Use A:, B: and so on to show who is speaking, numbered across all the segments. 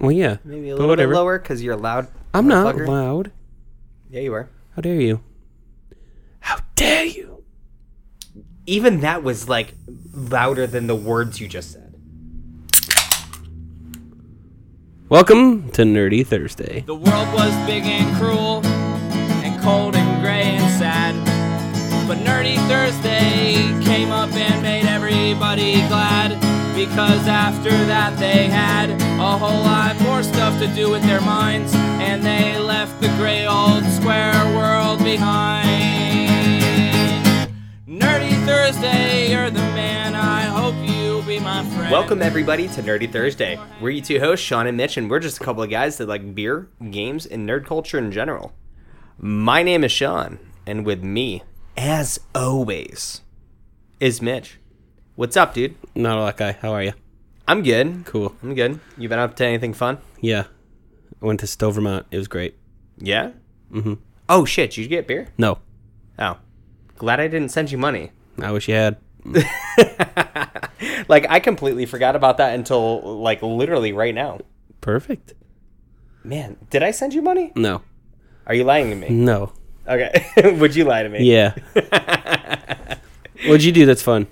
A: Well, yeah.
B: Maybe a
A: But
B: little bit
A: whatever.
B: lower because you're loud.
A: I'm not
B: motherfucker.
A: loud.
B: Yeah, you are.
A: How dare you? How dare you?
B: Even that was like louder than the words you just said.
A: Welcome to Nerdy Thursday.
C: The world was big and cruel, and cold and gray and sad. But Nerdy Thursday came up and made everybody glad. Because after that, they had a whole lot more stuff to do with their minds, and they left the gray old square world behind. Nerdy Thursday, you're the man. I hope you be my friend.
B: Welcome everybody to Nerdy Thursday. We're you two hosts, Sean and Mitch, and we're just a couple of guys that like beer, games, and nerd culture in general. My name is Sean, and with me, as always, is Mitch. What's up, dude?
A: Not a lot guy. How are you?
B: I'm good.
A: Cool.
B: I'm good. You been up to anything fun?
A: Yeah. I went to Stowe, Vermont. It was great.
B: Yeah. Mm-hmm. Oh shit! Did you get beer?
A: No.
B: Oh, glad I didn't send you money.
A: I wish you had.
B: Like I completely forgot about that until like literally right now.
A: Perfect.
B: Man, did I send you money?
A: No.
B: Are you lying to me?
A: No.
B: Okay, would you lie to me?
A: Yeah. What'd you do that's fun?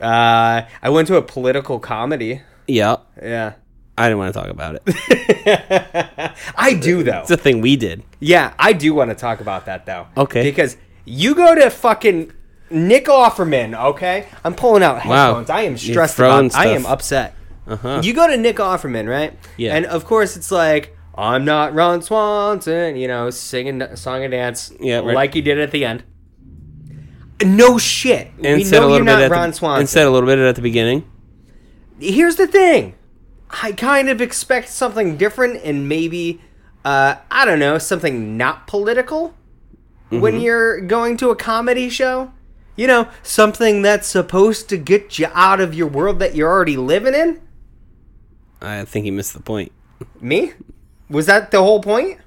B: Uh, I went to a political comedy.
A: Yeah.
B: Yeah.
A: I didn't want to talk about it. It's
B: I do though.
A: a thing we did.
B: Yeah, I do want to talk about that though.
A: Okay.
B: Because you go to fucking Nick Offerman, okay? I'm pulling out
A: Wow.
B: headphones. I am
A: You're
B: stressed
A: throwing
B: about I am
A: stuff.
B: upset.
A: Uh-huh.
B: You go to Nick Offerman, right?
A: Yeah.
B: And of course it's like I'm not Ron Swanson, you know, singing song and dance
A: Yeah, right.
B: like he did at the end. No shit. we
A: said
B: know you're
A: bit
B: not
A: at the-
B: Ron Swanson.
A: And said a little bit at the beginning.
B: here's the thing i kind of expect something different and maybe uh, i don't know something not political when you're going to a comedy show you know something that's supposed to get you out of your world that you're already living in
A: I think he missed the point.
B: me was that the whole point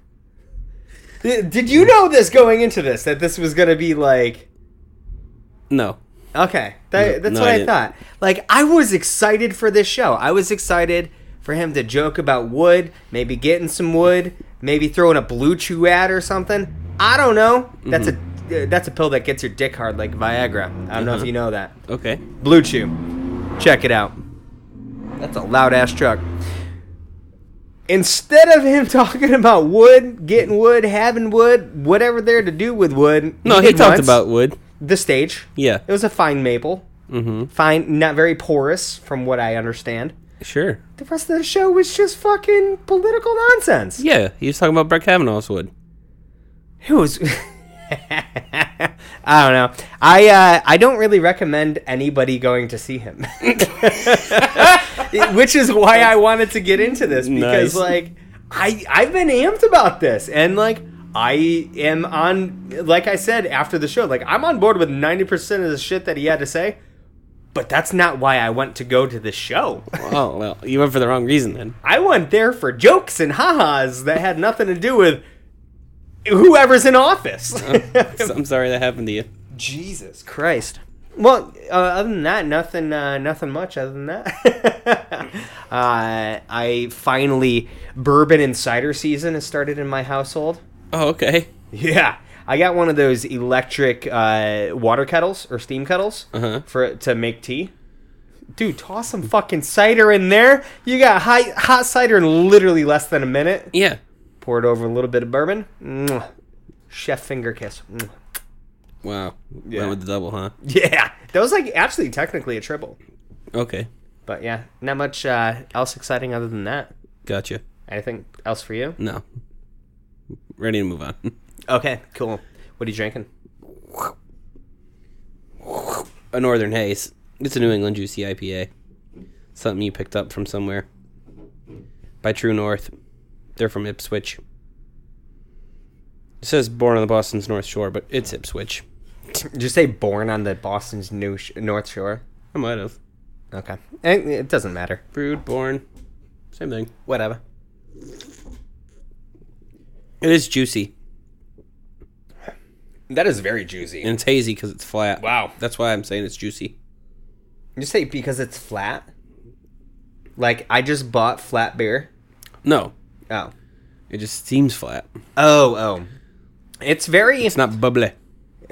B: Th- did you know this going into this that this was gonna be like
A: No.
B: Okay, that,
A: No-
B: that's
A: no,
B: what
A: I
B: I,
A: didn't.
B: thought. Like, I was excited for this show. I was excited for him to joke about wood, maybe getting some wood, maybe throwing a blue chew ad or something. I don't know. That's a uh, that's a pill that gets your dick hard, like Viagra. I don't
A: Mm-hmm.
B: know if
A: Uh-huh.
B: you know that.
A: Okay.
B: Blue Chew. Check it out. That's a loud ass truck. Instead of him talking about wood, getting wood, having wood, whatever there to do with wood.
A: No, he
B: did
A: talked
B: once.
A: about wood.
B: the stage.
A: Yeah.
B: It was a fine maple. Mm-hmm. Fine, not very porous, from what I understand.
A: Sure.
B: The rest of the show was just fucking political nonsense.
A: Yeah, he was talking about Brett Kavanaugh's wood.
B: It was. I don't know. I uh, I don't really recommend anybody going to see him, which is why I wanted to get into this because
A: Nice.
B: like I I've been amped about this and like I am on like I said after the show like I'm on board with ninety percent of the shit that he had to say, but that's not why I went to go to the show.
A: Oh well, you went for the wrong reason then.
B: I went there for jokes and ha-has that had nothing to do with whoever's in office.
A: So I'm sorry that happened to you.
B: Jesus Christ. Well, uh, other than that, nothing, uh, nothing much. Other than that, uh, I finally bourbon and cider season has started in my household.
A: Oh okay.
B: Yeah, I got one of those electric uh, water kettles or steam kettles
A: Uh-huh.
B: for to make tea. Dude, toss some fucking cider in there. You got hot, hot cider in literally less than a minute.
A: Yeah.
B: Pour it over a little bit of bourbon. Mwah. Chef finger kiss. Mwah.
A: Wow.
B: Yeah.
A: Went with the double, huh?
B: Yeah, that was like actually technically a triple.
A: Okay.
B: But yeah, not much uh, else exciting other than that.
A: Gotcha.
B: Anything else for you?
A: No. Ready to move on.
B: Okay, cool. What are you drinking?
A: A Northern Haze. It's a New England juicy IPA. Something you picked up from somewhere. By True North. They're from Ipswich. It says born on the Boston's North Shore, but it's Ipswich.
B: Did you say born on the Boston's new sh- North Shore?
A: I might have.
B: Okay, it, it doesn't matter.
A: Brewed, born. Same thing.
B: Whatever.
A: It is juicy.
B: That is very juicy.
A: And it's hazy because it's flat.
B: Wow.
A: That's why I'm saying it's juicy.
B: You say because it's flat? Like I just bought flat beer
A: No,
B: Oh.
A: it just seems flat.
B: Oh, oh. It's very.
A: It's not bubbly.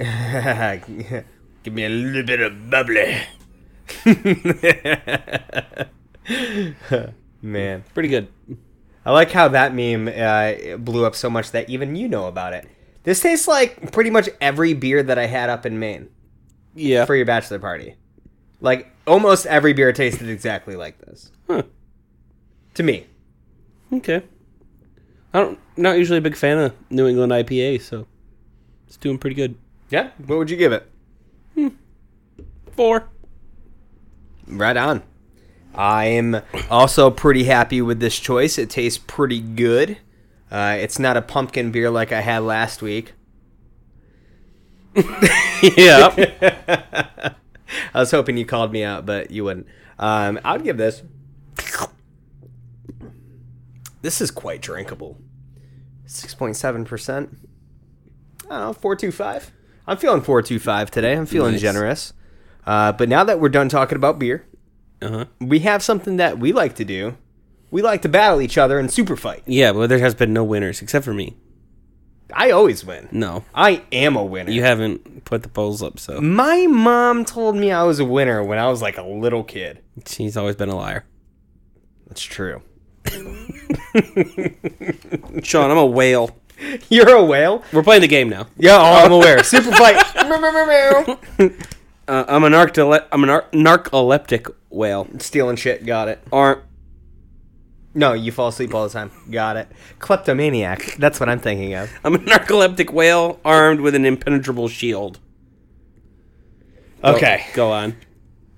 B: Give me a little bit of bubbly. Man.
A: Pretty good.
B: I like how that meme uh, blew up so much that even you know about it. This tastes like pretty much every beer that I had up in Maine
A: Yeah.
B: for your bachelor party. Like, almost every beer tasted exactly like this.
A: Huh.
B: To me.
A: Okay. I don't not usually a big fan of New England IPA, so it's doing pretty good.
B: Yeah? What would you give it?
A: Four.
B: Right on. I'm also pretty happy with this choice. It tastes pretty good. Uh, it's not a pumpkin beer like I had last week.
A: yeah.
B: I was hoping you called me out, but you wouldn't. Um, I'd give this. This is quite drinkable. Six point seven percent. I don't know, four two five. I'm feeling four two five today. I'm feeling
A: Nice.
B: generous. Uh, but now that we're done talking about beer,
A: Uh huh.
B: we have something that we like to do. We like to battle each other in super fight.
A: Yeah, but there has been no winners except for me.
B: I always win.
A: No,
B: I am a winner.
A: you haven't put the polls up, so
B: My mom told me I was a winner when I was like a little kid.
A: she's always been a liar.
B: That's true.
A: Sean, I'm a whale.
B: You're a whale?
A: We're playing the game now.
B: Yeah, oh, I'm aware. Super fight. Meow, meow, meow, meow.
A: Uh, I'm an narcole- I'm a nar- narcoleptic whale.
B: Stealing shit. Got it.
A: Aren't
B: No, you fall asleep all the time. Got it. Kleptomaniac. That's what I'm thinking of.
A: I'm a narcoleptic whale armed with an impenetrable shield. Go-
B: Okay.
A: go on.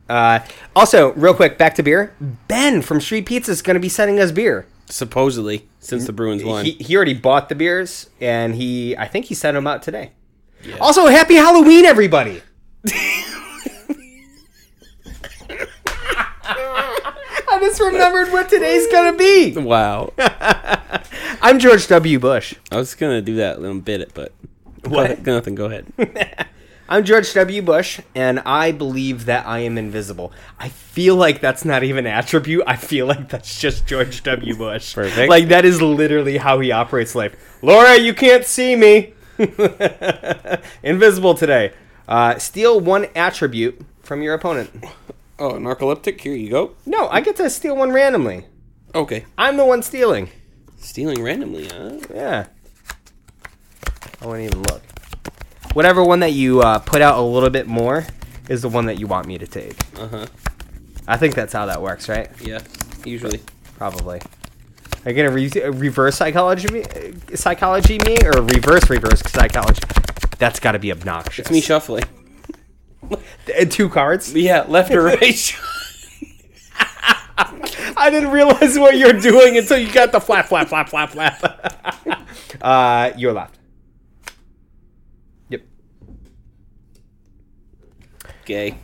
B: Uh, also, real quick, back to beer. Ben from Street Pizza is going to be sending us beer.
A: Supposedly, since the Bruins won,
B: He, he already bought the beers, and he I think he sent them out today. Also, happy Halloween, everybody! I just remembered what today's gonna be.
A: wow.
B: I'm George W. Bush.
A: I was gonna do that in a bit, but
B: What?
A: Nothing. Go ahead.
B: I'm George W. Bush, and I believe that I am invisible. I feel like that's not even an attribute. I feel like that's just George W. Bush.
A: Perfect.
B: Like that is literally how he operates life. Laura, you can't see me. invisible today. Uh, steal one attribute from your opponent.
A: Oh, narcoleptic. Here you go.
B: No, I get to steal one randomly.
A: Okay.
B: I'm the one stealing.
A: Stealing randomly, huh?
B: Yeah. Oh, I wouldn't even look. Whatever one that you uh, put out a little bit more is the one that you want me to take.
A: Uh huh.
B: I think that's how that works, right?
A: Yeah. Usually.
B: Probably. Are you gonna re- reverse psychology me, uh, psychology me, or reverse reverse psychology? That's got to be obnoxious.
A: It's me shuffling.
B: Uh, two cards.
A: Yeah, left or right.
B: I didn't realize what you're doing until you got the flap, flap, flap, flap, flap. uh, you're left. Yep.
A: okay.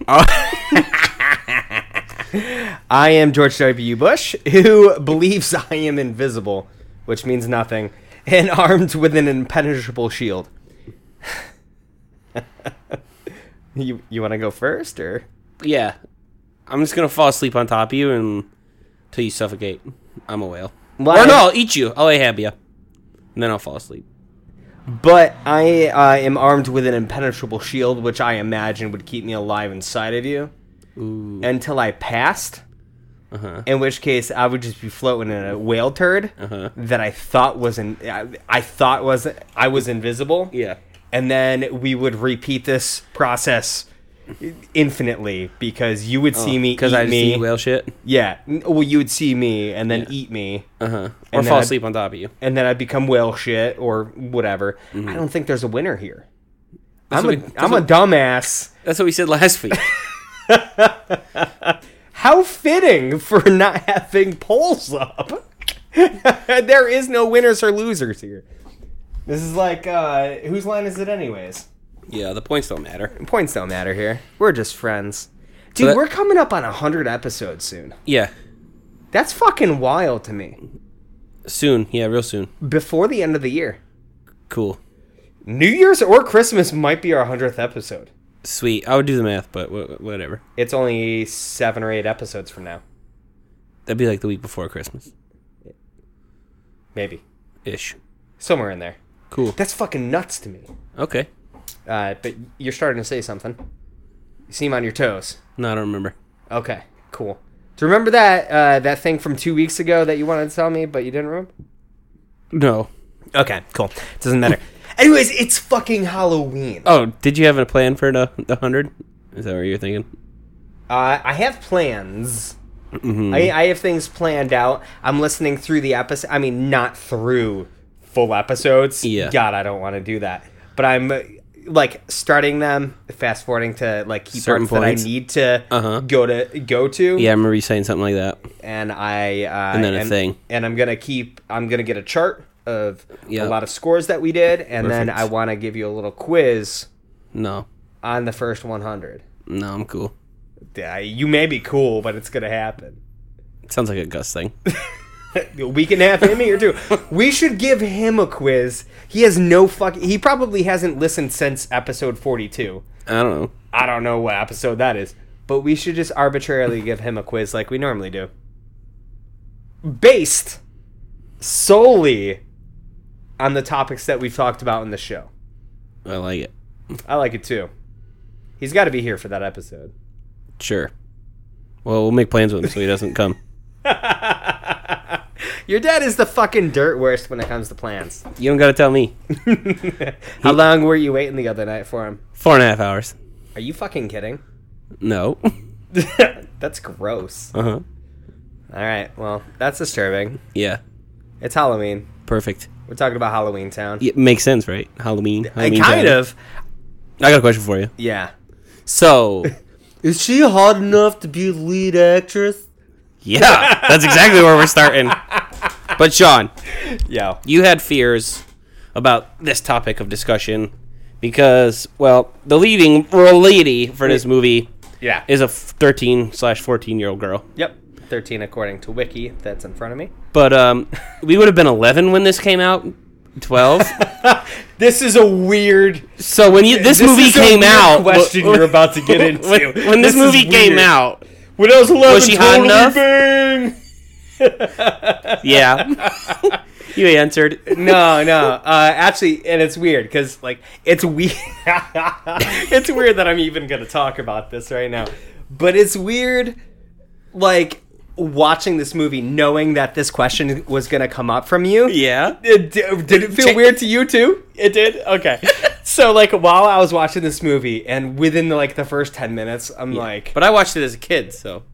B: I am George W. Bush, who believes I am invisible, which means nothing, and armed with an impenetrable shield. you you want to go first, or
A: Yeah. I'm just gonna fall asleep on top of you and till you suffocate. I'm a whale.
B: Why?
A: Or no, I'll eat you. I'll ahab you, and then I'll fall asleep.
B: But I uh, am armed with an impenetrable shield, which I imagine would keep me alive inside of you
A: Ooh.
B: until I passed.
A: Uh huh.
B: In which case, I would just be floating in a whale turd
A: Uh-huh.
B: that I thought was in, I, I thought was I was invisible.
A: Yeah.
B: and then we would repeat this process infinitely because you would see me
A: Because
B: eat
A: Oh, I just
B: me.
A: eat whale shit.
B: Yeah, N- well, you would see me and then eat me,
A: Uh huh. Or
B: And
A: fall
B: then I-
A: asleep on top of you.
B: and then I'd become whale shit or whatever. I don't think there's a winner here.
A: Mm-hmm. That's
B: I'm
A: what
B: a
A: we- that's
B: am a
A: what-
B: dumbass.
A: That's what we said last week.
B: How fitting for not having polls up. there is no winners or losers here. This is like uh, whose line is it, anyways?
A: yeah, the points don't matter.
B: Points don't matter here. We're just friends. Dude,
A: that-
B: we're coming up on 100 episodes soon.
A: Yeah.
B: That's fucking wild to me.
A: Soon. Yeah, real soon.
B: Before the end of the year.
A: Cool.
B: New Year's or Christmas might be our 100th episode.
A: Sweet. I would do the math, but wha- whatever.
B: It's only seven or eight episodes from now.
A: That'd be like the week before Christmas.
B: maybe
A: ish.
B: somewhere in there.
A: Cool.
B: That's fucking nuts to me.
A: Okay.
B: Uh, but you're starting to say something. You seem on your toes.
A: No, I don't remember.
B: Okay, cool. Do you remember that uh, that thing from two weeks ago that you wanted to tell me but you didn't remember?
A: No.
B: Okay, cool. Doesn't matter. Anyways, it's fucking Halloween.
A: Oh, did you have a plan for the the hundred? Is that what you're thinking?
B: Uh, I have plans.
A: Mm-hmm.
B: I, I have things planned out. I'm listening through the episode. I mean, not through full episodes.
A: Yeah.
B: God, I don't want to do that. But I'm uh, like starting them, fast forwarding to like key
A: Certain
B: parts that I
A: points.
B: need to
A: Uh-huh.
B: go to go to.
A: Yeah, I remember you saying something like that.
B: And I uh,
A: And then a
B: am-
A: thing.
B: And I'm gonna keep. I'm gonna get a chart of
A: Yeah.
B: a lot of scores that we did, and then
A: Perfect.
B: I want to give you a little quiz
A: No.
B: on the first 100.
A: No, I'm cool.
B: Yeah, you may be cool, but it's gonna happen.
A: Sounds like a Gus thing.
B: We can have him here too. We should give him a quiz. He has no fuck. He probably hasn't listened since episode forty-two.
A: I don't know.
B: I don't know what episode that is, but we should just arbitrarily give him a quiz like we normally do, based solely on the topics that we've talked about in the show.
A: I like it.
B: I like it too. He's got to be here for that episode.
A: Sure. Well, we'll make plans with him so he doesn't come.
B: Your dad is the fucking dirt worst when it comes to plans.
A: You don't gotta tell me.
B: How long were you waiting the other night for him?
A: Four and a half hours.
B: Are you fucking kidding?
A: No.
B: That's gross.
A: Uh huh.
B: All right, well, that's disturbing.
A: Yeah.
B: It's Halloween.
A: Perfect.
B: We're talking about Halloween Town.
A: It makes sense, right? Halloween.
B: I
A: Halloween
B: kind
A: time.
B: of.
A: I got a question for you.
B: Yeah.
A: So,
B: Is she hot enough to be lead actress?
A: yeah, that's exactly where we're starting. But Sean,
B: Yeah.
A: you had fears about this topic of discussion because, well, the leading lady for this movie
B: Yeah.
A: is a f- 13 slash 14 year old girl.
B: yep. 13 according to Wiki that's in front of me.
A: But um, we would have been 11 when this came out. 12.
B: This is a weird
A: So when you, this, movie
B: is a
A: came
B: weird
A: out,
B: question
A: wh-
B: you're about to get into.
A: when, when this,
B: This is
A: movie came
B: weird.
A: out,
B: When I was 11,
A: she hot
B: totally
A: enough?
B: bang.
A: yeah, you answered.
B: no, no. Uh, actually, and it's weird because like it's weird. it's weird that I'm even gonna talk about this right now, but it's weird, like watching this movie knowing that this question was gonna come up from you.
A: Yeah,
B: It, did did it feel weird to you too? It did. Okay. so like while I was watching this movie, and within like the first ten minutes, I'm like,
A: but I watched it as a kid, so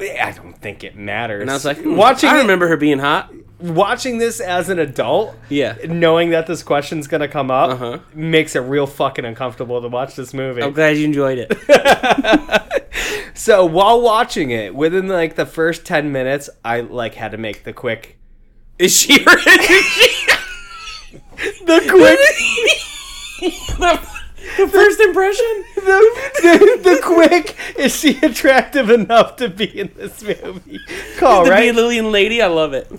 B: I don't think it matters.
A: and I was like, hmm,
B: watching.
A: I
B: it-
A: remember her being hot.
B: watching this as an adult,
A: Yeah.
B: knowing that this question's gonna come up,
A: Uh-huh.
B: makes it real fucking uncomfortable to watch this movie.
A: I'm glad you enjoyed it.
B: So while watching it, within like the first ten minutes, I like had to make the quick,
A: Is she or is she?
B: the quick,
A: the, the first impression?
B: the, the, the quick. Is she attractive enough to be in this movie? Call
A: The
B: right.
A: Lillian lady, I love it.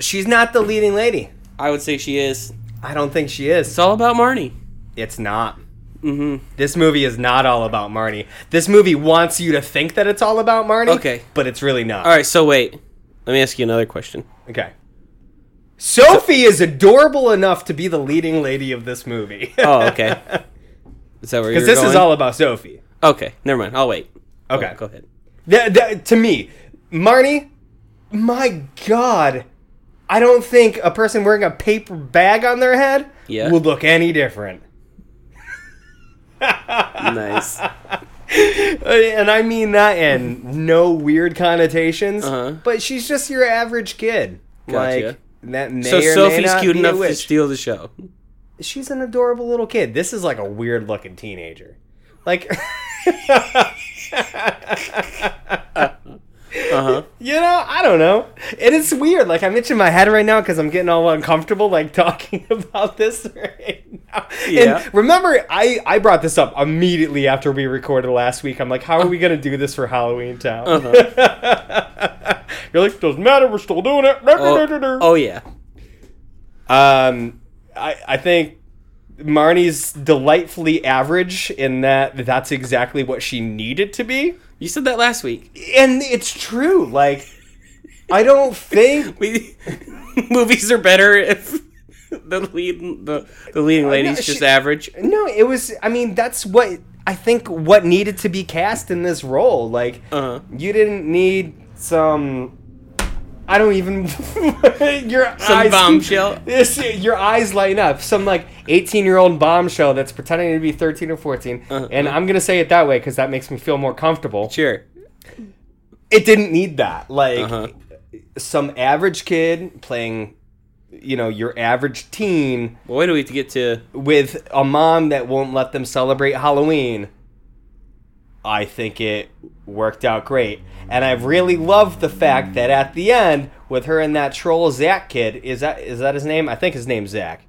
B: She's not the leading lady.
A: I would say she is.
B: I don't think she is.
A: It's all about Marnie.
B: It's not.
A: Mm-hmm.
B: This movie is not all about Marnie. This movie wants you to think that it's all about Marnie.
A: Okay.
B: But it's really not.
A: All right, so wait. Let me ask you another question.
B: Okay. Sophie is adorable enough to be the leading lady of this movie.
A: Oh, okay. Is that where you're
B: Because this is
A: going?
B: all about Sophie.
A: Okay, never mind. I'll wait.
B: Okay.
A: Go ahead.
B: Th- th- to me, Marnie, my God, I don't think a person wearing a paper bag on their head
A: Yeah.
B: would look any different.
A: Nice. Uh
B: Uh, And I mean that in no weird connotations,
A: huh.
B: but she's just your average kid.
A: Uh-huh. Gotcha.
B: Like, that may
A: So
B: or may
A: Sophie's
B: not
A: cute
B: be a
A: enough to
B: witch.
A: steal the show.
B: she's an adorable little kid. This is like a weird looking teenager. Like
A: Uh huh.
B: you know, I don't know. And it's weird. Like I'm itching my head right now because I'm getting all uncomfortable like talking about this right now.
A: Yeah.
B: And remember, I I brought this up immediately after we recorded last week. I'm like, how are we gonna do this for Halloween Town? You're like, doesn't matter. We're still doing it.
A: Uh-huh. Oh, oh yeah.
B: Um, I I think Marnie's delightfully average in that that's exactly what she needed to be,
A: You said that last week.
B: and it's true. Like, I don't think
A: We movies are better if the lead the, the leading lady's just
B: she-
A: average.
B: No, it was. I mean, that's what I think. What needed to be cast in this role, like
A: Uh-huh.
B: you didn't need some. I don't even. your
A: Some
B: eyes,
A: bombshell.
B: Yes, your eyes light up. Some like eighteen-year-old bombshell that's pretending to be thirteen or 14
A: Uh-huh.
B: and I'm gonna say it that way because that makes me feel more comfortable.
A: Sure.
B: It didn't need that. Like
A: Uh-huh.
B: some average kid playing, you know, your average teen
A: Well, why do we have to get to?
B: with a mom that won't let them celebrate Halloween, I think it worked out great. And I really loved the fact that at the end, with her and that troll Zach kid, is that is that his name? I think his name's Zach.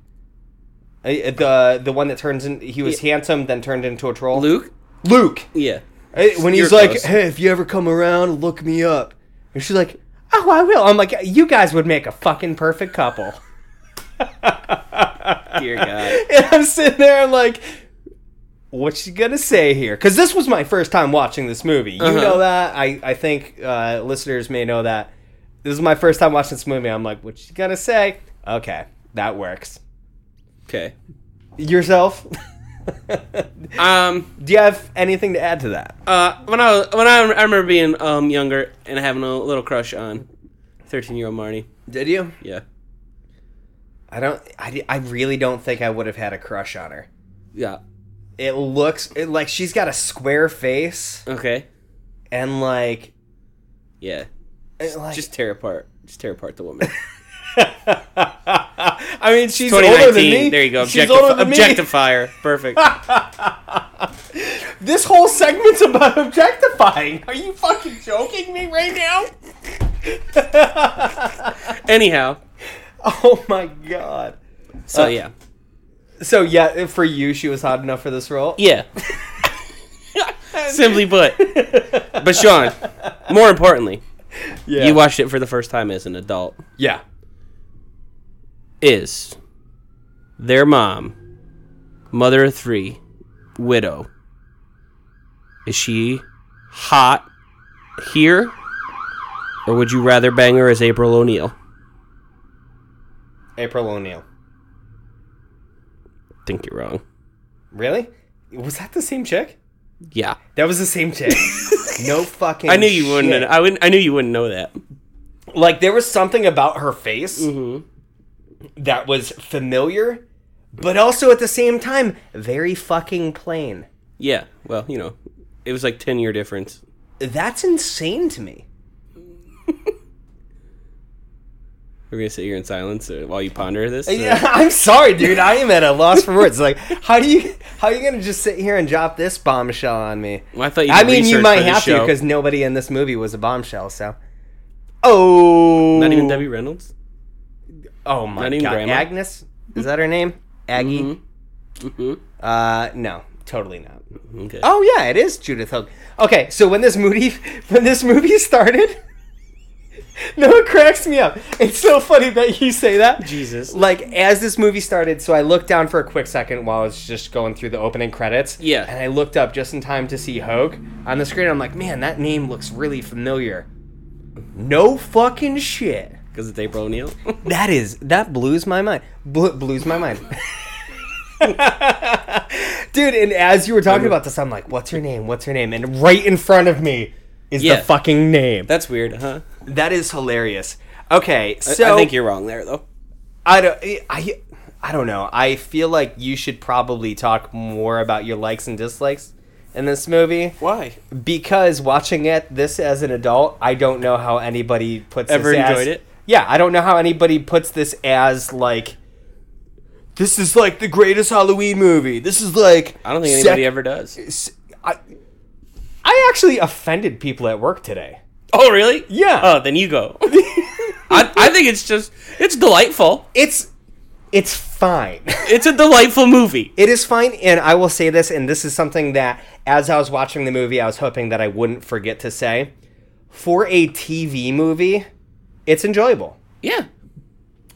B: Uh, The the one that turns in he was handsome, then turned into a troll.
A: Luke?
B: Luke.
A: Yeah.
B: Uh, When he's
A: You're
B: like,
A: close.
B: "Hey, if you ever come around, look me up," and she's like, "Oh, I will." I'm like, "You guys would make a fucking perfect couple."
A: Dear God.
B: and I'm sitting there, I'm like, "What you gonna say here?" Because this was my first time watching this movie. You
A: Uh-huh.
B: know that. I I think uh, listeners may know that. This is my first time watching this movie. I'm like, "What you gonna say?" Okay, that works.
A: Okay.
B: Yourself.
A: Um.
B: Do you have anything to add to that?
A: Uh, when I was, when I, I remember being um younger and having a little crush on thirteen year old Marnie.
B: Did you?
A: Yeah,
B: I don't. I, di- I really don't think I would have had a crush on her.
A: yeah,
B: It looks it, like she's got a square face
A: okay,
B: and like,
A: yeah.
B: it, like
A: Just tear apart, just tear apart the woman.
B: I mean, she's older than me.
A: 2019. There you go.
B: She's
A: Objectif-
B: older than me.
A: objectifier. Perfect.
B: This whole segment's about objectifying. Are you fucking joking me right now?
A: Anyhow,
B: oh my god.
A: so
B: Uh,
A: yeah,
B: So yeah, for you, she was hot enough for this role.
A: yeah. Simply put, but Sean, more importantly,
B: yeah.
A: you watched it for the first time as an adult.
B: yeah.
A: Is their mom, mother of three, widow? Is she hot here, or would you rather bang her as April O'Neil?
B: April O'Neil.
A: Think you're wrong.
B: Really? Was that the same chick?
A: Yeah,
B: That was the same chick. no fucking.
A: I knew you wouldn't.
B: shit.
A: I wouldn't. I knew you wouldn't know that.
B: like there was something about her face
A: Mhm.
B: that was familiar, but also at the same time very fucking plain.
A: Yeah. Well, you know, it was like ten year difference.
B: That's insane to me.
A: We're gonna sit here in silence uh, while you ponder this.
B: Yeah, I'm sorry, dude. I am at a loss for words. Like, how do you how are you gonna just sit here and drop this bombshell on me?
A: Well, I thought you.
B: I
A: did
B: mean, you
A: research
B: might
A: for this
B: have to
A: show.
B: because nobody in this movie was a bombshell. So, oh,
A: not even Debbie Reynolds.
B: Oh my
A: not even
B: god,
A: Grandma.
B: Agnes is that her name? Aggie?
A: Mhm.
B: Uh, no, totally not.
A: Okay.
B: Oh yeah, it is Judith Hogue. Okay, so when this movie when this movie started, no, it cracks me up. It's so funny that you say that.
A: Jesus.
B: Like as this movie started, so I looked down for a quick second while I was just going through the opening credits.
A: Yeah.
B: And I looked up just in time to see Hogue on the screen. I'm like, man, that name looks really familiar. No fucking shit.
A: Because it's April O'Neil.
B: That is that blews my mind. Bl- blews my mind. Dude, and as you were talking about this, I'm like, "What's her name? What's her name?" And right in front of me is
A: Yeah.
B: the fucking name.
A: That's weird, huh?
B: that is hilarious. Okay, so
A: I think you're wrong there, though.
B: I don't. I I don't know. I feel like you should probably talk more about your likes and dislikes in this movie
A: Why?
B: because watching it this as an adult, I don't know how anybody puts
A: Ever
B: this as-
A: enjoyed it?
B: Yeah, I don't know how anybody puts this as like. This is like the greatest Halloween movie. This is like
A: I don't think
B: sec-
A: anybody ever does.
B: s- I, I actually offended people at work today.
A: Oh, really?
B: Yeah.
A: Oh, then you go. I, I think it's just it's delightful.
B: It's it's fine.
A: It's a delightful movie.
B: It is fine, and I will say this, and this is something that, as I was watching the movie, I was hoping that I wouldn't forget to say. For a TV movie, it's enjoyable.
A: Yeah.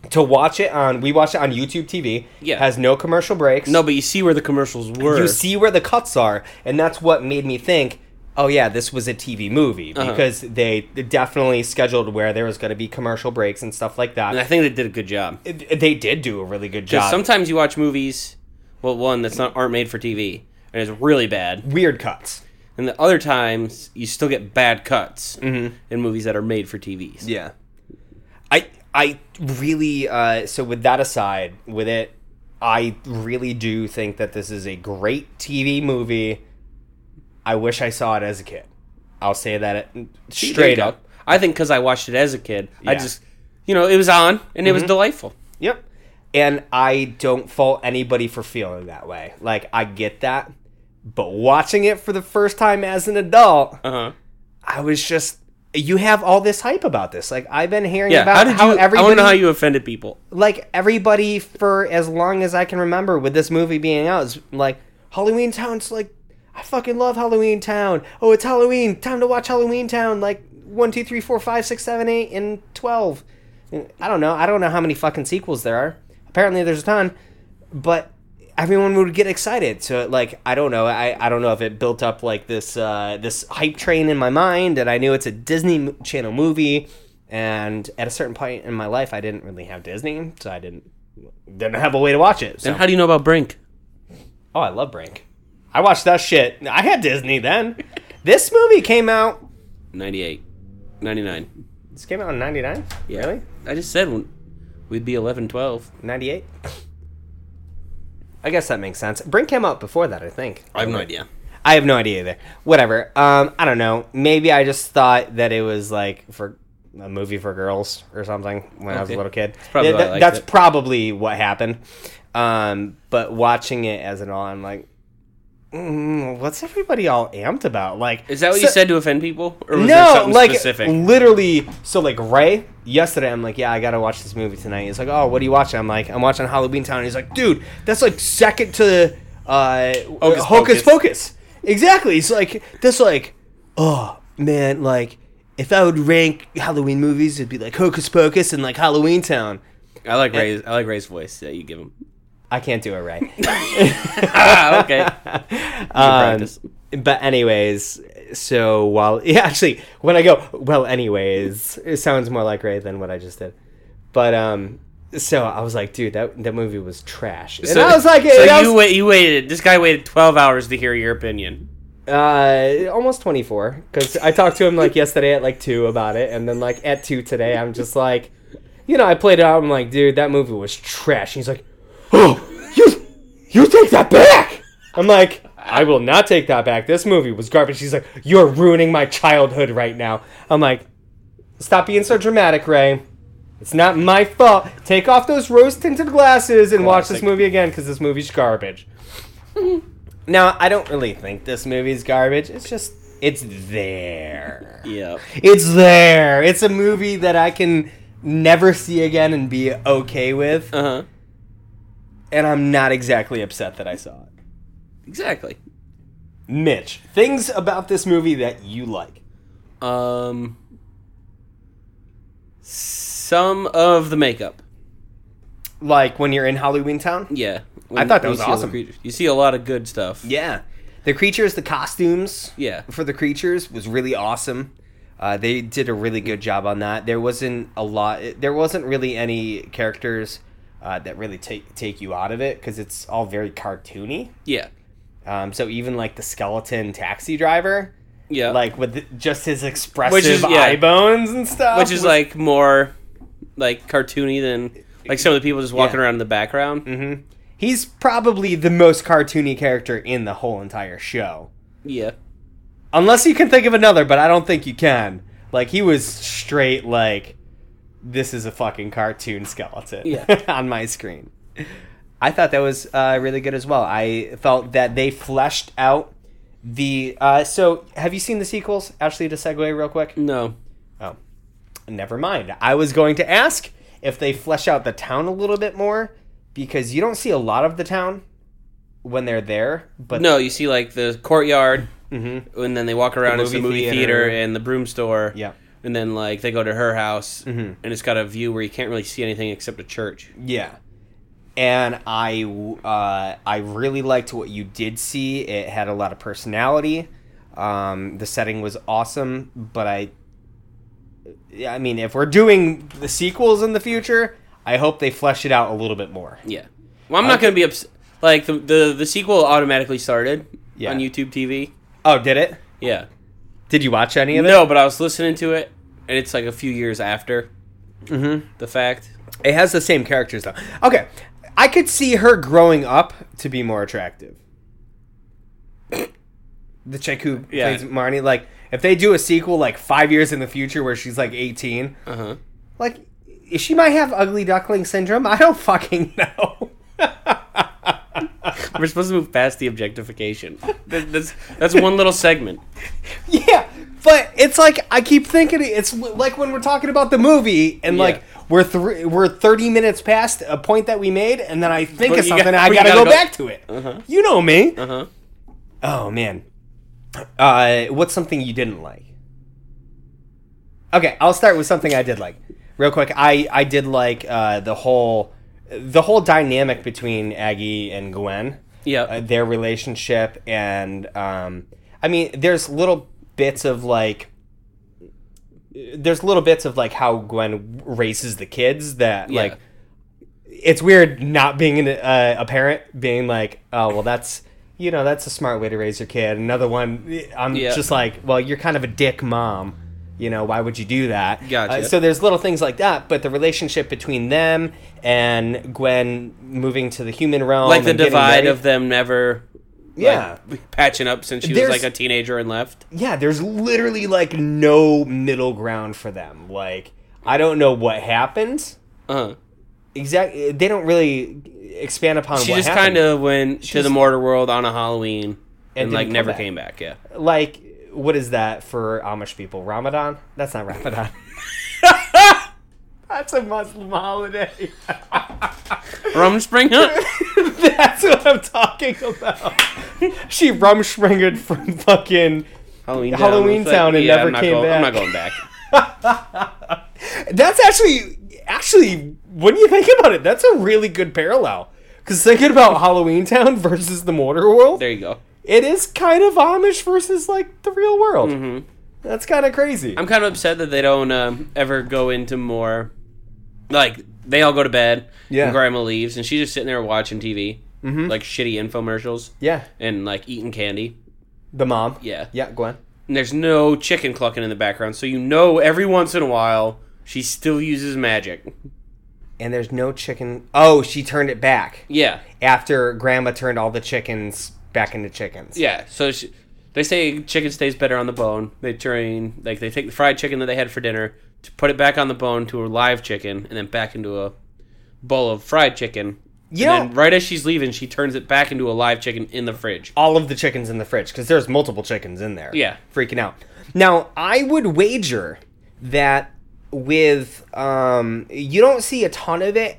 B: To watch it on, we watch it on YouTube TV.
A: Yeah.
B: has no commercial breaks.
A: No, but you see where the commercials were.
B: you see where the cuts are, and that's what made me think. oh yeah, this was a TV movie because they definitely scheduled where there was going to be commercial breaks and stuff like that.
A: And I think they did a good job.
B: It- they did do a really good
A: 'Cause
B: job.
A: sometimes you watch movies, well, one that's not aren't made for TV, and it's really bad.
B: Weird cuts.
A: And the other times you still get bad cuts in movies that are made for TVs.
B: Yeah. I I really uh, so with that aside, with it, I really do think that this is a great TV movie. I wish I saw it as a kid. I'll say that it-
A: See, there you
B: straight
A: go.
B: up.
A: I think because I watched it as a kid, I
B: Yeah.
A: just, you know, it was on and it was delightful.
B: Yep. And I don't fault anybody for feeling that way. Like I get that, but watching it for the first time as an adult,
A: Uh huh.
B: I was just you have all this hype about this. Like I've been hearing
A: Yeah.
B: about
A: how did you?
B: how
A: I want to
B: everybody
A: know how you offended people.
B: like everybody for as long as I can remember with this movie being out is like Halloween Town's like I fucking love Halloween Town. Oh, it's Halloween time to watch Halloween Town. Like one, two, three, four, five, six, seven, eight, and twelve. And I don't know. I don't know how many fucking sequels there are. Apparently, there's a ton, but everyone would get excited. So like I don't know. I, I don't know if it built up like this uh, this hype train in my mind, and I knew it's a Disney mo- Channel movie. And at a certain point in my life, I didn't really have Disney, so I didn't didn't have a way to watch it. So
A: And how do you know about Brink?
B: oh, I love Brink. I watched that shit. I had Disney then. this movie came out.
A: 98, 99.
B: This came out in '99.
A: Yeah.
B: Really?
A: I just said when- we'd be 11, 12.
B: '98. I guess that makes sense. Brink came out before that, I think.
A: I have no idea.
B: I have no idea either. Whatever. Um, I don't know. Maybe I just thought that it was like for a movie for girls or something when I was a
A: Okay.
B: little kid.
A: probably
B: Th-
A: why I
B: th-
A: liked
B: that's
A: it.
B: probably what happened. Um, but watching it as an all, I'm like, mm, what's everybody all amped about? Like,
A: Is that what you
B: so-
A: said to offend people, or was there
B: no,
A: something
B: like
A: specific?
B: literally. So like Ray yesterday, I'm like, yeah, I gotta watch this movie tonight. He's like, oh, what are you watching? I'm like, I'm watching Halloween Town. He's like, dude, that's like second to uh, Hocus,
A: Pocus.
B: Pocus. Exactly. He's like, that's like, oh man, like if I would rank Halloween movies, it'd be like Hocus Pocus and like Halloween Town.
A: I like Ray's. I like Ray's voice that you give him.
B: I can't do it Um, right.
A: Ah, okay. practice.
B: But anyways, so while yeah, actually, when I go well, anyways, it sounds more like Ray than what I just did. But um, so I was like, dude, that that movie was trash, and I was like,
A: so
B: and I
A: you
B: was-
A: wait. You waited. This guy waited 12 hours to hear your opinion.
B: uh, almost twenty four because I talked to him like yesterday at like two about it, and then like at two today, I'm just like, you know, I played it out. I'm like, dude, that movie was trash. He's like, oh, you you take that back. I'm like, I will not take that back. This movie was garbage. He's like, you're ruining my childhood right now. I'm like, stop being so dramatic, Ray. It's not my fault. Take off those rose tinted glasses and watch this
A: Classic.
B: movie again because this movie's garbage. now, I don't really think this movie's garbage. It's just, it's there.
A: Yeah.
B: It's there. It's a movie that I can never see again and be okay with.
A: Uh huh.
B: And I'm not exactly upset that I saw it.
A: Exactly.
B: Mitch, things about this movie that you like.
A: Um. Some of the makeup.
B: Like when you're in Halloween Town?
A: Yeah.
B: I thought that
A: you
B: was
A: see all the
B: awesome.
A: creatures. You see a lot of good stuff.
B: Yeah. The creatures, the costumes
A: Yeah.
B: for the creatures was really awesome. Uh, they did a really good job on that. There wasn't a lot, there wasn't really any characters uh, that really take, take you out of it because it's all very cartoony.
A: Yeah.
B: Um, so even like the skeleton taxi driver,
A: Yeah.
B: like with the- just his expressive
A: Which is- yeah.
B: eye bones and stuff,
A: which is
B: was-
A: like more like cartoony than like some of the people just walking
B: Yeah. Mm-hmm.
A: around in the background.
B: he's probably the most cartoony character in the whole entire show.
A: Yeah.
B: Unless you can think of another, but I don't think you can. Like he was straight like this is a fucking cartoon skeleton
A: Yeah.
B: on my screen. I thought that was uh, really good as well. I felt that they fleshed out the uh, so have you seen the sequels? Actually to segue real quick.
A: No.
B: Oh, never mind. I was going to ask if they flesh out the town a little bit more because you don't see a lot of the town when they're there. But
A: No, you see like the courtyard and then they walk around
B: Mm-hmm. The
A: it's the
B: movie
A: movie theater.
B: theater.
A: and the broom store.
B: yeah, Mm-hmm.
A: And then like they go to her house and it's got a view where you can't really see anything except a church.
B: yeah. And I, w- uh, I really liked what you did see. It had a lot of personality. Um, the setting was awesome, but I, yeah, I mean, if we're doing the sequels in the future, I hope they flesh it out a little bit more.
A: Yeah. Well, I'm not going to be upset. Like the, the the sequel automatically started
B: Yeah.
A: on YouTube TV.
B: Oh, did it?
A: Yeah.
B: Did you watch any of it?
A: No, but I was listening to it, and it's like a few years after
B: Mm-hmm.
A: the fact.
B: It has the same characters though. Okay, I could see her growing up to be more attractive. The chick who
A: Yeah.
B: plays Marnie, like if they do a sequel like five years in the future where she's like eighteen,
A: Uh huh.
B: like she might have ugly duckling syndrome. I don't fucking know.
A: We're supposed to move past the objectification. That- That's that's one little segment.
B: yeah, but it's like I keep thinking it's like when we're talking about the movie and
A: Yeah.
B: like we're thr we're thirty minutes past a point that we made, and then I think
A: But
B: of
A: you got-
B: something, and I
A: but you
B: gotta,
A: gotta
B: go,
A: go- Uh-huh.
B: back to it. You know me.
A: Uh huh.
B: Oh man. Uh, what's something you didn't like? Okay, I'll start with something I did like. Real quick, I I did like uh, the whole the whole dynamic between Aggie and Gwen,
A: Yeah.
B: uh, their relationship, and um, I mean, there's little bits of like there's little bits of like how Gwen raises the kids that
A: Yeah.
B: like it's weird not being an, uh, a parent being like oh well that's you know that's a smart way to raise your kid another one i'm
A: Yeah.
B: just like well you're kind of a dick mom you know why would you do that
A: Gotcha.
B: Uh, so there's little things like that but the relationship between them and gwen moving to the human realm
A: like the
B: and getting
A: divide
B: married-
A: of them never. like,
B: Yeah.
A: patching up since she
B: There's-
A: was like a teenager and left.
B: yeah, there's literally like no middle ground for them. Like, I don't know what happened.
A: Uh huh.
B: Exactly, they don't really expand upon.
A: She
B: what
A: just
B: happened.
A: kind of went to
B: was-
A: the mortar world on a Halloween and,
B: didn't
A: like
B: come
A: never
B: back.
A: came back. Yeah.
B: like what is that for Amish people? Ramadan? That's not Ramadan. That's a Muslim holiday.
A: Rum spring hunt.
B: That's what I'm talking about. she rumspringered from fucking.
A: Halloween
B: Halloween
A: It's like,
B: Town and never
A: I'm not
B: came
A: going, I'm
B: back.
A: not going back.
B: That's actually, actually, when you think about it, that's a really good parallel. Because thinking about Halloween Town versus the Mortar World,
A: There you go.
B: it is kind of Amish versus like the real world. That's kind of crazy.
A: Mm-hmm. I'm kind of upset that they don't um, ever go into more. Like they all go to bed.
B: Yeah. Mm-hmm.
A: And grandma leaves, and she's just sitting there watching TV, like shitty infomercials,
B: yeah,
A: and like eating candy.
B: the mom.
A: Yeah.
B: yeah, Gwen.
A: And there's no chicken clucking in the background, so you know every once in a while she still uses magic.
B: and there's no chicken. Oh, she turned it back
A: Yeah.
B: after Grandma turned all the chickens back into chickens.
A: Yeah. So she, they say chicken stays better on the bone. They turn like they take the fried chicken that they had for dinner to put it back on the bone to a live chicken, and then back into a bowl of fried chicken.
B: you know,
A: And then right as she's leaving, she turns it back into a live chicken in the fridge.
B: all of the chickens in the fridge because there's multiple chickens in there.
A: Yeah.
B: freaking out. Now I would wager that with um, you don't see a ton of it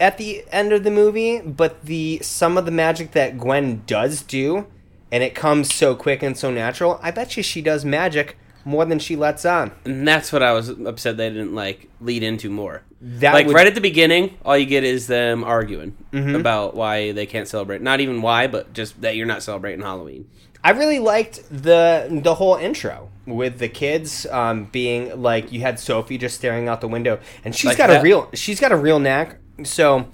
B: at the end of the movie, but the some of the magic that Gwen does do, and it comes so quick and so natural. I bet you she does magic more than she lets on.
A: And that's what I was upset they didn't like lead into more.
B: That
A: like
B: would- Mm-hmm.
A: right at the beginning, all you get is them arguing about why they can't celebrate. Not even why, but just that you're not celebrating Halloween.
B: I really liked the the whole intro with the kids um, being like you had Sophie just staring out the window, and she's
A: Like
B: got a
A: that-
B: real she's got a real knack. So,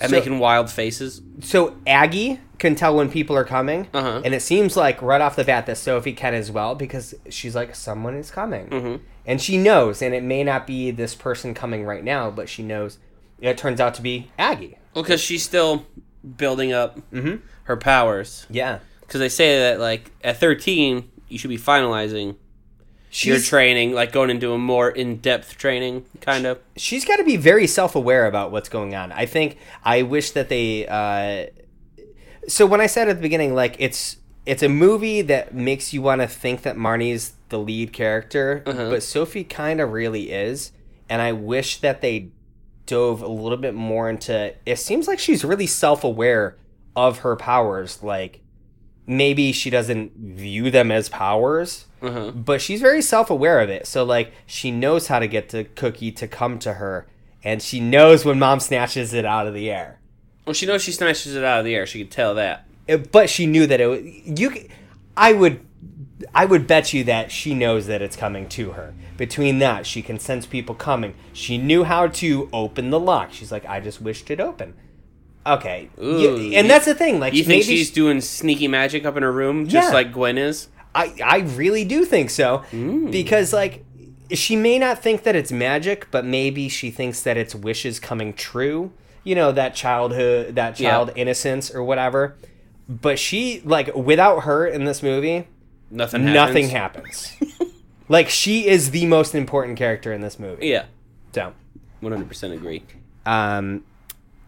A: And
B: so,
A: making wild faces.
B: so Aggie can tell when people are coming,
A: Uh-huh.
B: and it seems like right off the bat that Sophie can as well because she's like someone is coming,
A: Mm-hmm.
B: and she knows, and it may not be this person coming right now, but she knows. It turns out to be Aggie.
A: Well, because she's still building up
B: Mm-hmm.
A: her powers.
B: Yeah,
A: Because they say that like at 13, you should be finalizing your
B: she's
A: training, like going into a more in-depth training, kind of.
B: she's got to be very self-aware about what's going on. I think I wish that they. Uh, so when I said at the beginning, like it's it's a movie that makes you want to think that Marnie's the lead character, but Sophie kind of really is, and I wish that they dove a little bit more into. It seems like she's really self-aware of her powers, like. Maybe she doesn't view them as powers,
A: Uh-huh.
B: but she's very self-aware of it so like she knows how to get the cookie to come to her and she knows when mom snatches it out of the air Uh,
A: Well, she knows she snatches it out of the air. She could tell that.
B: It- but she knew that it was you c- i would I would bet you that she knows that it's coming to her. Between that, she can sense people coming. She knew how to open the lock. She's like, I just wished it open. Okay, Y-
A: Ooh,
B: and that's the thing. Like,
A: You think
B: maybe
A: she's doing sneaky magic up in her room, just
B: Yeah.
A: like Gwen is?
B: I, I really do think so
A: Mm.
B: because like she may not think that it's magic but maybe she thinks that it's wishes coming true you know that childhood that
A: Yeah.
B: child innocence or whatever but she like without her in this movie
A: Nothing. Happens.
B: nothing happens like she is the most important character in this movie
A: Yeah,
B: so
A: one hundred percent agree.
B: um,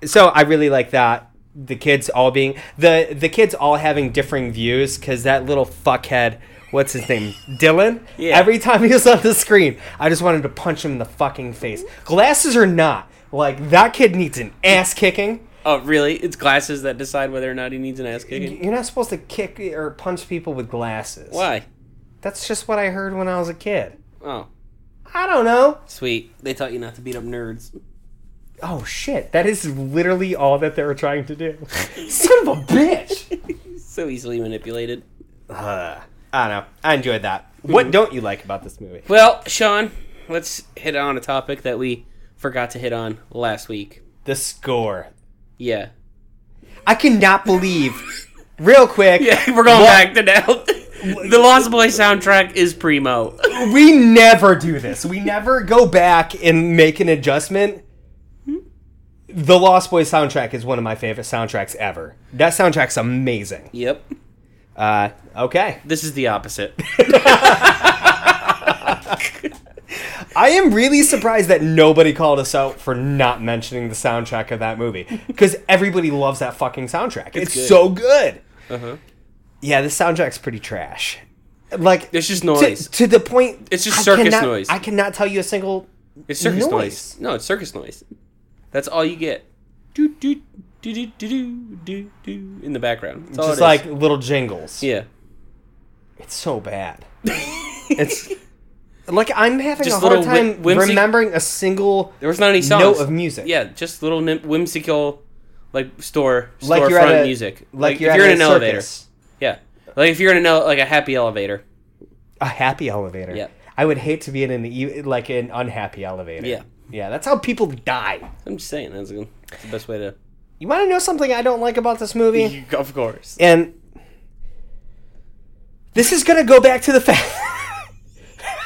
B: so I really like that the kids all being the the kids all having differing views because that little fuckhead, what's his name, Dylan.
A: Yeah.
B: Every time he was on the screen, I just wanted to punch him in the fucking face. Glasses or not, like that kid needs an ass kicking.
A: Oh, really? It's glasses that decide whether or not he needs an ass kicking.
B: You're not supposed to kick or punch people with glasses.
A: Why?
B: That's just what I heard when I was a kid.
A: Oh,
B: I don't know.
A: sweet. They taught you not to beat up nerds.
B: Oh shit, that is literally all that they were trying to do. Son of a bitch.
A: So easily manipulated.
B: Uh, I don't know. I enjoyed that. What don't you like about this movie?
A: Well, Sean, let's hit on a topic that we forgot to hit on last week.
B: The score.
A: Yeah.
B: I cannot believe. Real quick,
A: we're going
B: What?
A: back to now. the Lost Boy soundtrack is primo.
B: we never do this. We never go back and make an adjustment. The Lost Boys soundtrack is one of my favorite soundtracks ever. That soundtrack's amazing.
A: yep.
B: Uh, okay.
A: This is the opposite.
B: I am really surprised that nobody called us out for not mentioning the soundtrack of that movie because everybody loves that fucking soundtrack. It's,
A: good.
B: so good.
A: Uh-huh.
B: Yeah, this soundtrack's pretty trash. Like
A: It's just
B: to-
A: noise.
B: to, the point.
A: It's just circus
B: cannot-
A: noise.
B: I cannot tell you a single.
A: It's circus noise.
B: Noise.
A: No, it's circus noise. That's all you get. Do do do do do do do do in the background. It's all
B: just
A: it
B: like
A: is.
B: little jingles.
A: yeah.
B: It's so bad. it's like I'm having
A: Just
B: a hard
A: little whi-
B: time
A: whimsy-
B: remembering a single.
A: There was not any songs.
B: Note of music.
A: Yeah, just little nim- whimsical, like store
B: Like you're
A: storefront
B: at a,
A: music.
B: Like,
A: if
B: you're, at
A: in
B: a
A: an elevator.
B: circus.
A: Yeah, like if you're in an ele- like a happy elevator.
B: A happy elevator.
A: Yeah.
B: I would hate to be in an e- like an unhappy elevator.
A: Yeah.
B: Yeah, that's how people die.
A: I'm just saying that's, the- that's the best way to.
B: You want to know something I don't like about this movie?
A: of course.
B: and this is gonna go back to the fact.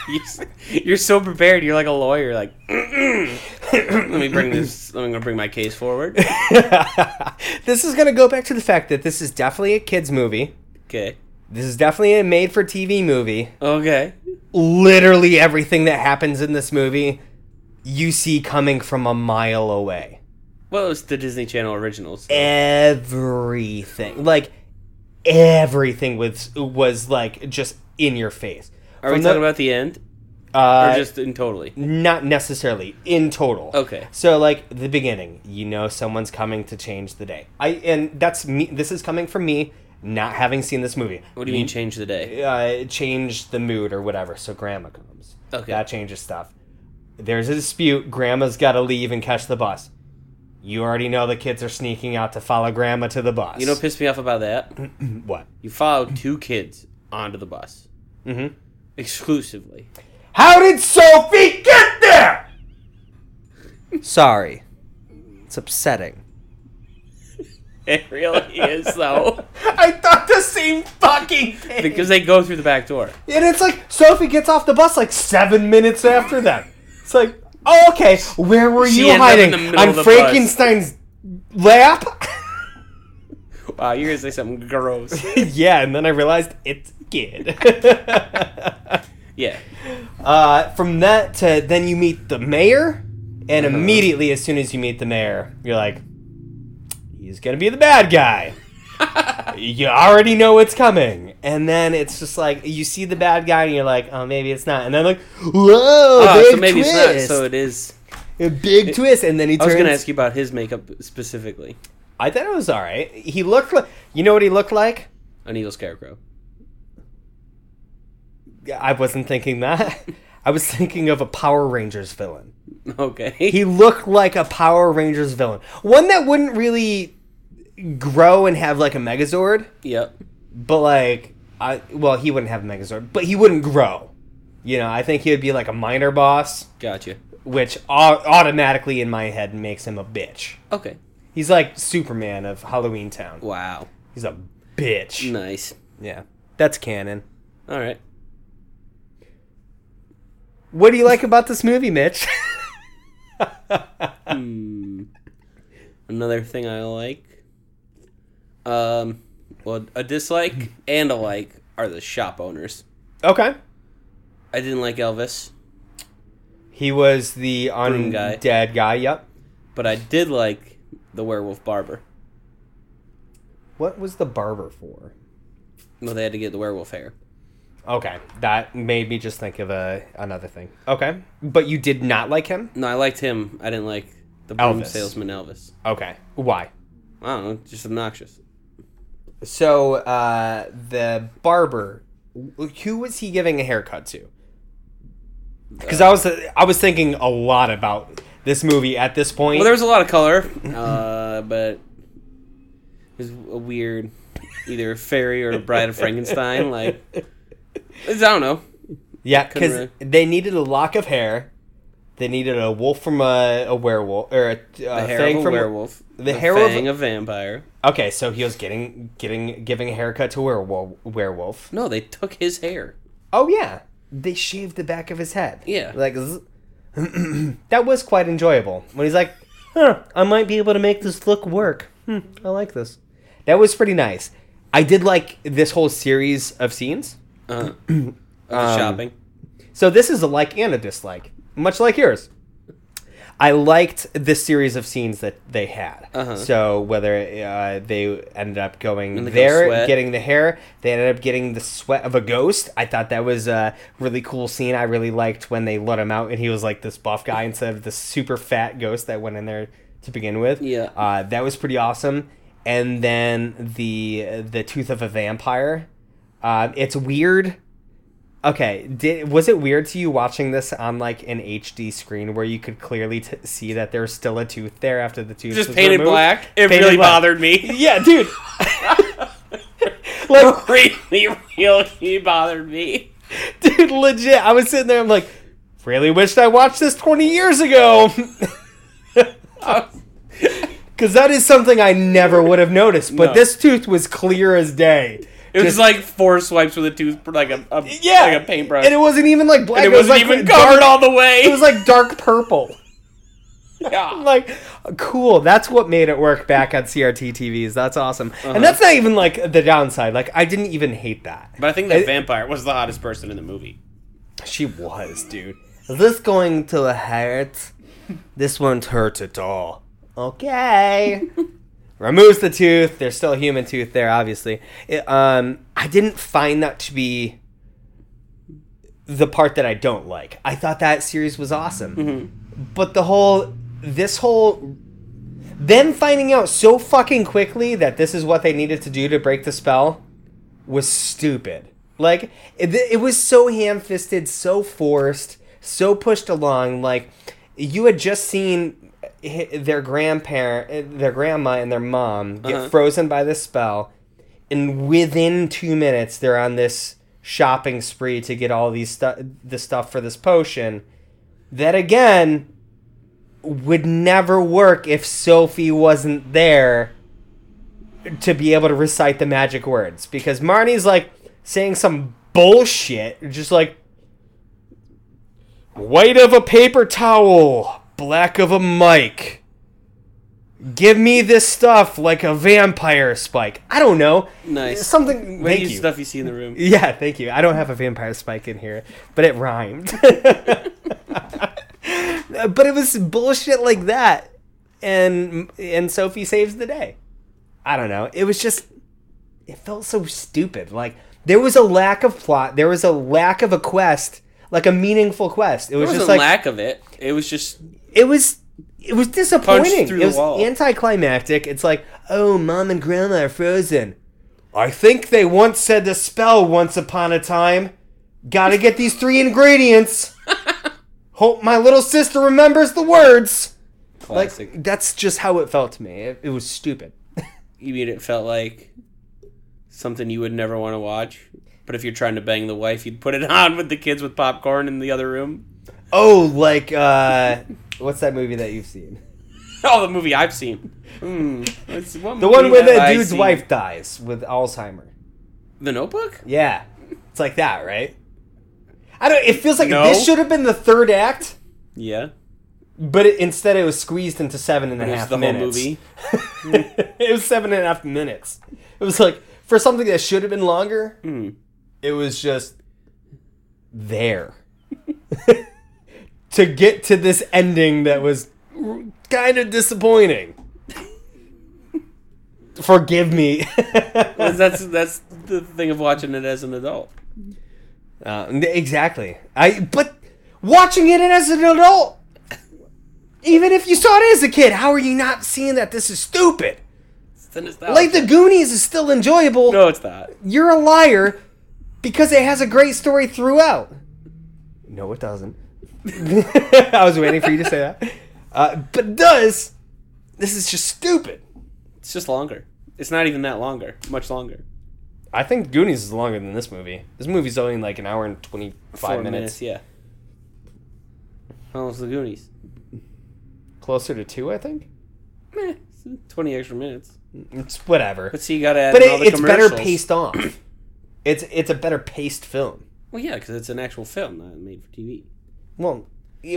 A: You s- You're so prepared. You're like a lawyer. Like, let me bring this. I'm gonna bring my case forward.
B: this is gonna go back to the fact that this is definitely a kids movie.
A: Okay.
B: This is definitely a made-for-TV movie.
A: Okay.
B: Literally everything that happens in this movie, you see coming from a mile away.
A: Well, it's the Disney Channel originals.
B: Everything, like everything, was was like just in your face.
A: Are we
B: From the-
A: talking about the end or
B: uh,
A: just in totally?
B: Not necessarily in total.
A: Okay.
B: So like the beginning, you know someone's coming to change the day. I and that's me this is coming from me not having seen this movie.
A: What do you mean change the day?
B: Uh change the mood or whatever. So grandma comes.
A: Okay.
B: That changes stuff. There's a dispute, grandma's got to leave and catch the bus. You already know the kids are sneaking out to follow grandma to the bus.
A: You know, what pissed me off about that.
B: what?
A: You followed two kids onto the bus. Mm-hmm.
B: Mhm.
A: Exclusively.
B: How did Sophie get there? Sorry. It's upsetting.
A: It really is though,
B: I thought the same fucking thing.
A: because they go through the back door.
B: And it's like Sophie gets off the bus like seven minutes after that. It's like, oh, okay, where were
A: She
B: you
A: ends up in
B: hiding
A: the middle
B: on
A: of the bus.
B: Frankenstein's lap?
A: Wow, Uh, you're gonna say something gross.
B: yeah, and then I realized it's a kid.
A: yeah.
B: uh, from that to then you meet the mayor, and
A: Uh-huh.
B: immediately as soon as you meet the mayor, you're like, he's gonna be the bad guy. you already know it's coming, and then it's just like you see the bad guy, and you're like, oh, maybe it's not, and then like, whoa,
A: Oh,
B: big
A: so maybe
B: twist.
A: it's not. So it is.
B: A big twist, and then he
A: I
B: turns.
A: was gonna ask you about his makeup specifically.
B: I thought it was all right. He looked like. You know what he looked like?
A: An evil scarecrow.
B: I wasn't thinking that. I was thinking of a Power Rangers villain.
A: Okay.
B: He looked like a Power Rangers villain, one that wouldn't really grow and have like a Megazord,
A: yep.
B: but like I well, he wouldn't have a Megazord, but he wouldn't grow. You know, I think he would be like a minor boss,
A: Gotcha.
B: which au- automatically in my head makes him a bitch.
A: Okay.
B: He's like Superman of Halloween Town.
A: Wow.
B: He's a bitch.
A: Nice.
B: Yeah, that's canon.
A: All right.
B: What do you like about this movie, Mitch?
A: Another thing I like. Um, well, a dislike and a like are the shop owners.
B: okay.
A: I didn't like Elvis,
B: He was the
A: Broom guy.
B: undead guy. Yep.
A: but I did like the werewolf barber.
B: What was the barber for?
A: Well, they had to get the werewolf hair.
B: Okay, that made me just think of a another thing. Okay, but you did not like him.
A: No, I liked him. I didn't like the broom
B: Elvis.
A: salesman Elvis.
B: Okay, why?
A: I don't know, just obnoxious.
B: So uh, the barber, who was he giving a haircut to? Because I was I was thinking a lot about this movie at this point.
A: Well, there was a lot of color, uh, but it was a weird, either fairy or Bride of Frankenstein. Like, I don't know.
B: yeah, because
A: couldn't
B: they needed a lock of hair. They needed a wolf from a, a werewolf or a,
A: The
B: a
A: hair
B: thing
A: of a
B: from
A: werewolf. The,
B: hair of-
A: fang of vampire.
B: Okay, so he was getting getting giving a haircut to werewolf. Werewolf.
A: No, they took his hair.
B: Oh yeah, they shaved the back of his head.
A: Yeah.
B: like zzz. that was quite enjoyable when he's like, "Huh, I might be able to make this look work. Hmm, I like this." That was pretty nice. I did like this whole series of scenes.
A: Uh, of the
B: Um,
A: shopping.
B: So this is a like and a dislike, much like yours. I liked this series of scenes that they had.
A: Uh-huh.
B: So whether uh, they ended up going
A: And the ghost
B: there,
A: sweat.
B: getting the hair, they ended up getting the sweat of a ghost. I thought that was a really cool scene. I really liked when they let him out and he was like this buff guy instead of the super fat ghost that went in there to begin with.
A: Yeah.
B: Uh, that was pretty awesome. And then the the tooth of a vampire. Uh, it's weird. Okay, did was it weird to you watching this on like an HD screen where you could clearly t- see that there's still a tooth there after the tooth
A: Just
B: was
A: painted
B: removed?
A: black. It
B: Painted
A: really
B: black.
A: bothered me.
B: Yeah, dude. like,
A: really, really bothered me.
B: dude, legit. I was sitting there. I'm like, really wished I watched this 20 years ago. Because that is something I never would have noticed. But
A: No.
B: this tooth was clear as day.
A: It was
B: Just-
A: like four swipes with a tooth, like a, a
B: yeah,
A: like a paintbrush,
B: and it wasn't even like black.
A: And it
B: was
A: wasn't
B: like
A: even
B: dark-
A: covered all the way.
B: It was like dark purple. I'm
A: yeah.
B: like, cool. That's what made it work back on CRT TVs. That's awesome. And that's not even like the downside. Like I didn't even hate that.
A: But I think that
B: It-
A: vampire was the hottest person in the movie.
B: She was, dude. Is this going to hurt? This won't hurt at all. Okay. Removes the tooth. There's still a human tooth there, obviously. It, um, I didn't find that to be the part that I don't like. I thought that series was awesome, but the whole, this whole, them finding out so fucking quickly that this is what they needed to do to break the spell was stupid. Like it, it was so ham-fisted, so forced, so pushed along. Like you had just seen hi- their grandparent, eh, their grandma, and their mom get
A: Uh-huh.
B: frozen by this spell, and within two minutes they're on this shopping spree to get all these stuff, the stuff for this potion. That again would never work if Sophie wasn't there to be able to recite the magic words because Marnie's like saying some bullshit, just like white of a paper towel, black of a mic. Give me this stuff like a vampire spike. I don't know.
A: Nice.
B: Something.
A: When
B: Thank
A: you
B: you.
A: stuff you see in the room.
B: Yeah, thank you. I don't have a vampire spike in here, but it rhymed. but it was bullshit like that, and and Sophie saves the day. I don't know. It was just, it felt so stupid. Like there was a lack of plot. There was a lack of a quest, like a meaningful quest. It
A: There
B: was
A: wasn't
B: just like
A: lack of it. It was just
B: it was it was disappointing.
A: through
B: It
A: the
B: was
A: wall.
B: anticlimactic. It's like, oh, mom and grandma are frozen. I think they once said the spell once upon a time. Gotta get these three ingredients. Hope my little sister remembers the words.
A: classic.
B: Like that's just how it felt to me. It, it was stupid.
A: you mean it felt like something you would never want to watch. But if you're trying to bang the wife, you'd put it on with the kids with popcorn in the other room.
B: Oh, like uh, what's that movie that you've seen?
A: Oh, the movie I've seen. Mm, what's- what
B: The one
A: movie
B: where the
A: have I
B: dude's
A: seen?
B: wife dies with Alzheimer.
A: The Notebook.
B: Yeah, it's like that, right? I don't. It feels like
A: No.
B: this should have been the third act,
A: Yeah,
B: but it, instead it was squeezed into seven and a
A: it was
B: half
A: the whole
B: minutes.
A: movie.
B: it was seven and a half minutes. It was like for something that should have been longer.
A: Hmm.
B: It was just there to get to this ending that was kind of disappointing. Forgive me.
A: That's that's the thing of watching it as an adult.
B: Uh, n- exactly. I but watching it as an adult, even if you saw it as a kid, how are you not seeing that this is stupid?
A: Then it's not
B: Like the Goonies is still enjoyable.
A: No, it's not.
B: You're a liar because it has a great story throughout. No, it doesn't. I was waiting for you to say that. Uh, but it does this is just stupid?
A: It's just longer. It's not even that longer. Much longer.
B: I think Goonies is longer than this movie. This movie's only like an hour and twenty five
A: Four
B: minutes.
A: Yeah. How long's the Goonies?
B: Closer to two, I think.
A: Meh, it's twenty extra minutes.
B: It's whatever.
A: But see, you gotta add
B: but
A: in all
B: it,
A: the
B: it's better
A: commercials.
B: paced off. It's it's a better paced film.
A: Well, yeah, because it's an actual film, not made for TV.
B: Well,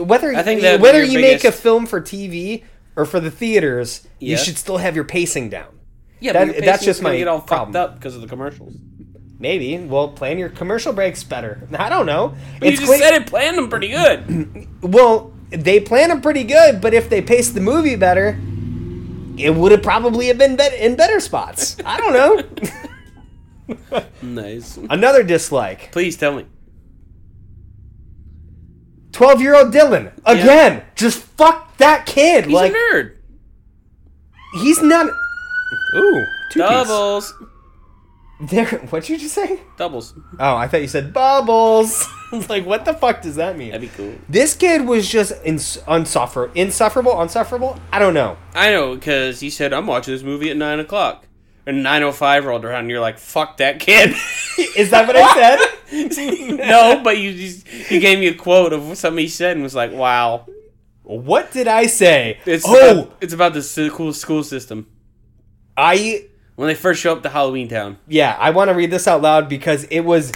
B: whether
A: I think that'd be
B: whether
A: your
B: you make a
A: biggest-
B: film for TV or for the theaters, you
A: Yeah.
B: should still have your pacing down.
A: Yeah,
B: That-
A: but your
B: that's
A: pacing's
B: just
A: gonna
B: my
A: get all
B: problem.
A: fucked up because of the commercials.
B: Maybe well, plan your commercial breaks better. I don't know.
A: But you just
B: quick-
A: said it planned them pretty good.
B: Well, they plan them pretty good, but if they paced the movie better, it would have probably have been bet- in better spots. I don't know.
A: nice.
B: Another dislike.
A: Please tell me.
B: Twelve year old Dylan again. Just fuck that kid.
A: He's
B: like
A: a nerd.
B: he's not. Ooh, two
A: Doubles.
B: There, what'd you just say?
A: Doubles.
B: Oh, I thought you said bubbles. I was like, what the fuck does that mean?
A: That'd be cool.
B: This kid was just ins- unsuffer- insufferable, unsufferable. I don't know.
A: I know because you said I'm watching this movie at nine o'clock, and nine o five rolled around, and you're like, "Fuck that kid."
B: Is that what I said?
A: no, but you just you gave me a quote of what somebody said and was like, "Wow,
B: What did I say?
A: it's
B: oh,
A: about, it's about this cool school system."
B: I
A: When they first show up to Halloween Town,
B: yeah. I want to read this out loud because it was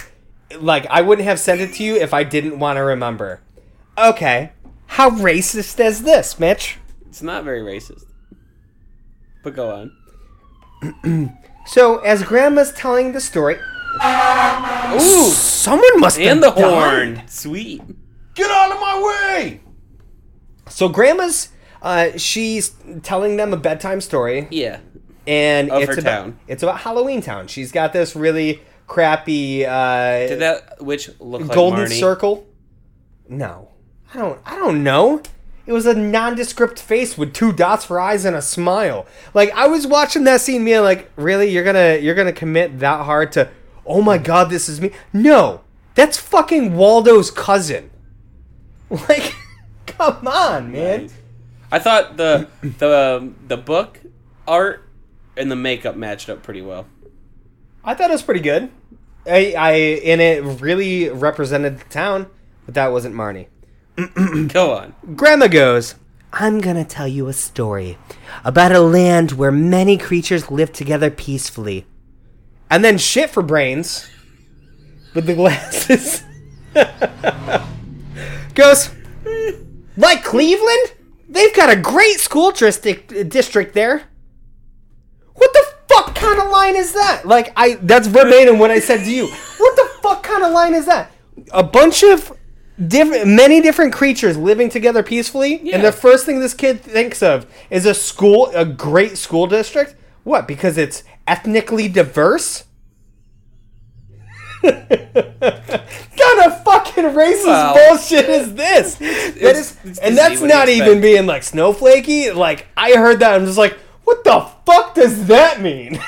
B: like I wouldn't have sent it to you if I didn't want to remember. Okay, how racist is this, Mitch?
A: it's not very racist. But go on.
B: So as Grandma's telling the story,
A: Ooh,
B: someone must have
A: and the
B: died.
A: horn, sweet.
B: Get out of my way! So grandma's uh, she's telling them a bedtime story,
A: Yeah,
B: and
A: Of
B: it's
A: her
B: about
A: town.
B: it's about Halloween Town. She's got this really crappy uh,
A: did that which look like
B: golden
A: Marnie?
B: circle. No, I don't. I don't know. It was a nondescript face with two dots for eyes and a smile. Like I was watching that scene, me like, really, you're gonna you're gonna commit that hard to? Oh my god, this is me. No, that's fucking Waldo's cousin. Like, come on, man.
A: I thought the the um, the book art and the makeup matched up pretty well.
B: I thought it was pretty good. I, I and it really represented the town, but that wasn't Marnie.
A: Go on.
B: Grandma goes, I'm gonna tell you a story about a land where many creatures live together peacefully. And then shit for brains with the glasses. goes, like Cleveland? They've got a great school district, district there. What the fuck kind of line is that? Like I that's verbatim what I said to you. What the fuck kind of line is that? A bunch of different many different creatures living together peacefully and
A: Yeah.
B: the first thing this kid thinks of is a school a great school district? What? Because it's ethnically diverse? kind of fucking racist
A: Well,
B: bullshit is this? That is,
A: it's Disney,
B: and that's
A: what do you
B: not even
A: expect?
B: being like snowflakey. Like I heard that, I'm just like, what the fuck does that mean?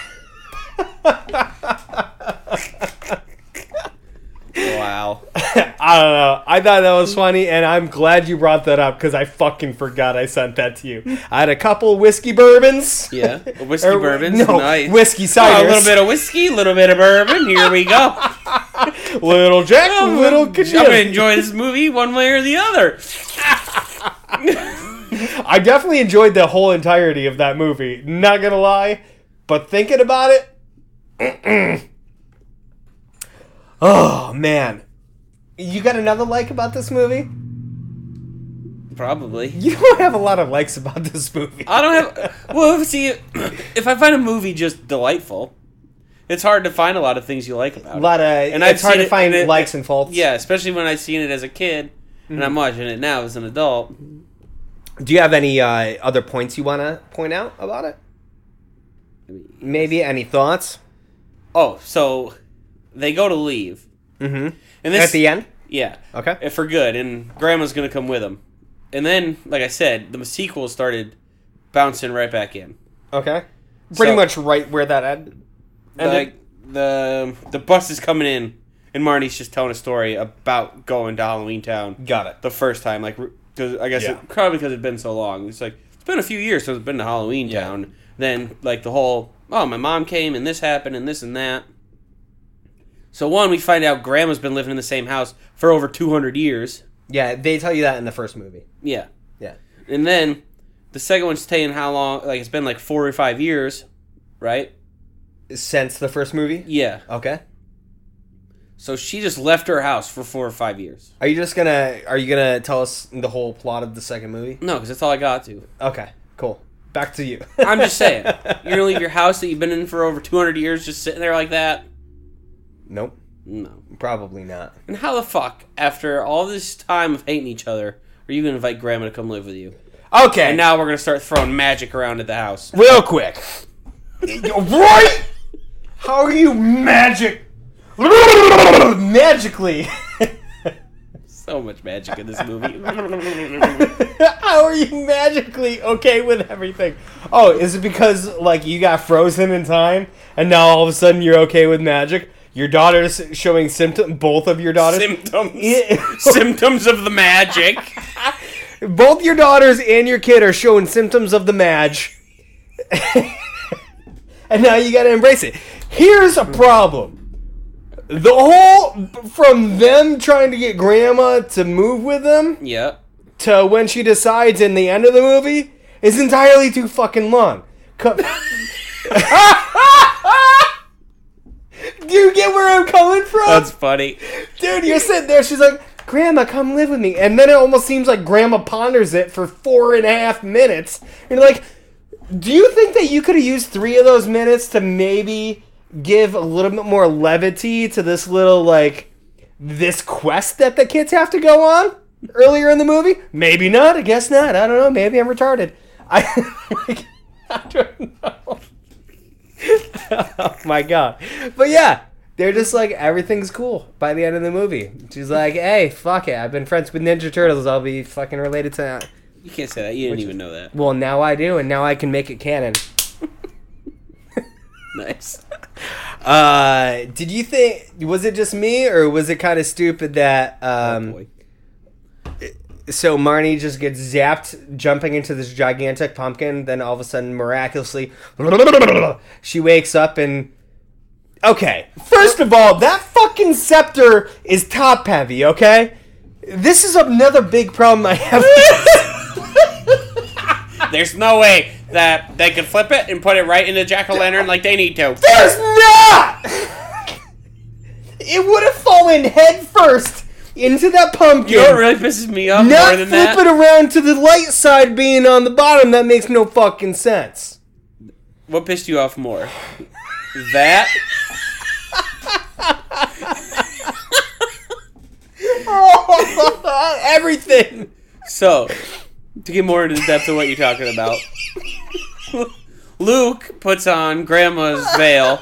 D: Wow.
B: I don't know. I thought that was funny, and I'm glad you brought that up because I fucking forgot I sent that to you. I had a couple whiskey bourbons.
A: Yeah, a whiskey
B: Or-
A: bourbons.
B: Er, No,
A: nice.
B: whiskey
A: Oh,
B: cider.
A: a little bit of whiskey, a little bit of bourbon. Here we go.
B: of little Jack, little
A: I'm gonna
B: Kajim.
A: enjoy this movie one way or the other.
B: I definitely enjoyed the whole entirety of that movie. Not gonna lie, but thinking about it, mm-mm. oh man, you got another like about this movie?
A: Probably.
B: You don't have a lot of likes about this movie.
A: I don't have. Well, see, if I find a movie just delightful, it's hard to find a lot of things you like about
B: a
A: it.
B: lot of,
A: And
B: and
A: I've
B: it's hard
A: seen
B: to
A: it-
B: find
A: and it-
B: likes and faults.
A: Yeah, especially when I've seen it as a kid, and
D: Mm-hmm.
A: I'm watching it now as an adult.
D: Do you have any uh, other points you want to point out about it? Maybe any thoughts?
A: Oh, so they go to leave,
D: Mm-hmm.
A: and this
D: At the end?
A: yeah,
D: Okay.
A: eh, for good, and Grandma's gonna come with them. And then, like I said, the sequel started bouncing right back in.
D: Okay.
B: pretty
A: So-
B: much right where that ended.
A: And
B: Ended.
A: like the the bus is coming in, and Marnie's just telling a story about going to Halloween Town
B: Got it.
A: the first time. Like, because I guess
B: Yeah.
A: it, probably because it's been so long. It's like it's been a few years since I've been to Halloween
B: Yeah.
A: Town. Then like the whole oh my mom came and this happened and this and that. So one, we find out Grandma's been living in the same house for over two hundred years.
D: Yeah, they tell you that in the first movie.
A: Yeah.
D: Yeah.
A: And then the second one's taking how long? Like it's been like four or five years, right?
D: Since the first movie?
A: Yeah.
D: Okay.
A: So she just left her house for four or five years.
D: Are you just gonna Are you gonna tell us the whole plot of the second movie?
A: No, because that's all I got to.
D: Okay. Cool. Back to you.
A: I'm just saying, you're gonna leave your house that you've been in for over 200 years just sitting there like that?
D: nope.
A: No.
D: Probably not.
A: And how the fuck, after all this time of hating each other, are you gonna invite Grandma to come live with you?
B: Okay,
A: And now we're gonna start throwing magic around at the house.
B: real quick. right? How are you magic? Magically.
A: So much magic in this movie.
B: How are you magically okay with everything? Oh, is it because like you got frozen in time and now all of a sudden you're okay with magic? Your daughter's showing symptom both of your daughters
A: Symptoms. Symptoms of the magic.
B: both your daughters and your kid are showing symptoms of the madge. and now you gotta embrace it. Here's a problem. The whole from them trying to get grandma to move with them
A: Yep.
B: to when she decides in the end of the movie is entirely too fucking long. Co- Do you get where I'm coming from?
A: That's funny.
B: Dude, you're sitting there. She's like, Grandma, come live with me. And then it almost seems like Grandma ponders it for four and a half minutes. And you're like, do you think that you could have used three of those minutes to maybe give a little bit more levity to this little, like, this quest that the kids have to go on earlier in the movie? Maybe not. I guess not. I don't know. Maybe I'm retarded. I, like, I don't know. oh my god. But yeah,
D: They're just like everything's cool by the end of the movie. She's like, "Hey, fuck it. I've been friends with Ninja Turtles. I'll be fucking related to."
A: You can't say that. You didn't even know that.
D: Well, now I do, and now I can make it canon.
A: Nice.
D: Uh, did you think was it just me or was it kind of stupid that um
A: Boy.
D: so Marnie just gets zapped jumping into this gigantic pumpkin then all of a sudden miraculously she wakes up and
B: Okay. First of all, that fucking scepter is top heavy, okay? This is another big problem I have.
A: There's no way that they could flip it and put it right in the jack o' lantern like they need to.
B: There's not! it would have fallen head first into that pumpkin.
A: You know what really pisses me off
B: not
A: more
B: flip
A: than that?
B: it around to the light side being on the bottom. That makes no fucking sense.
A: What pissed you off more? that
B: Everything.
A: so to get more into the depth of what you're talking about. Luke puts on grandma's veil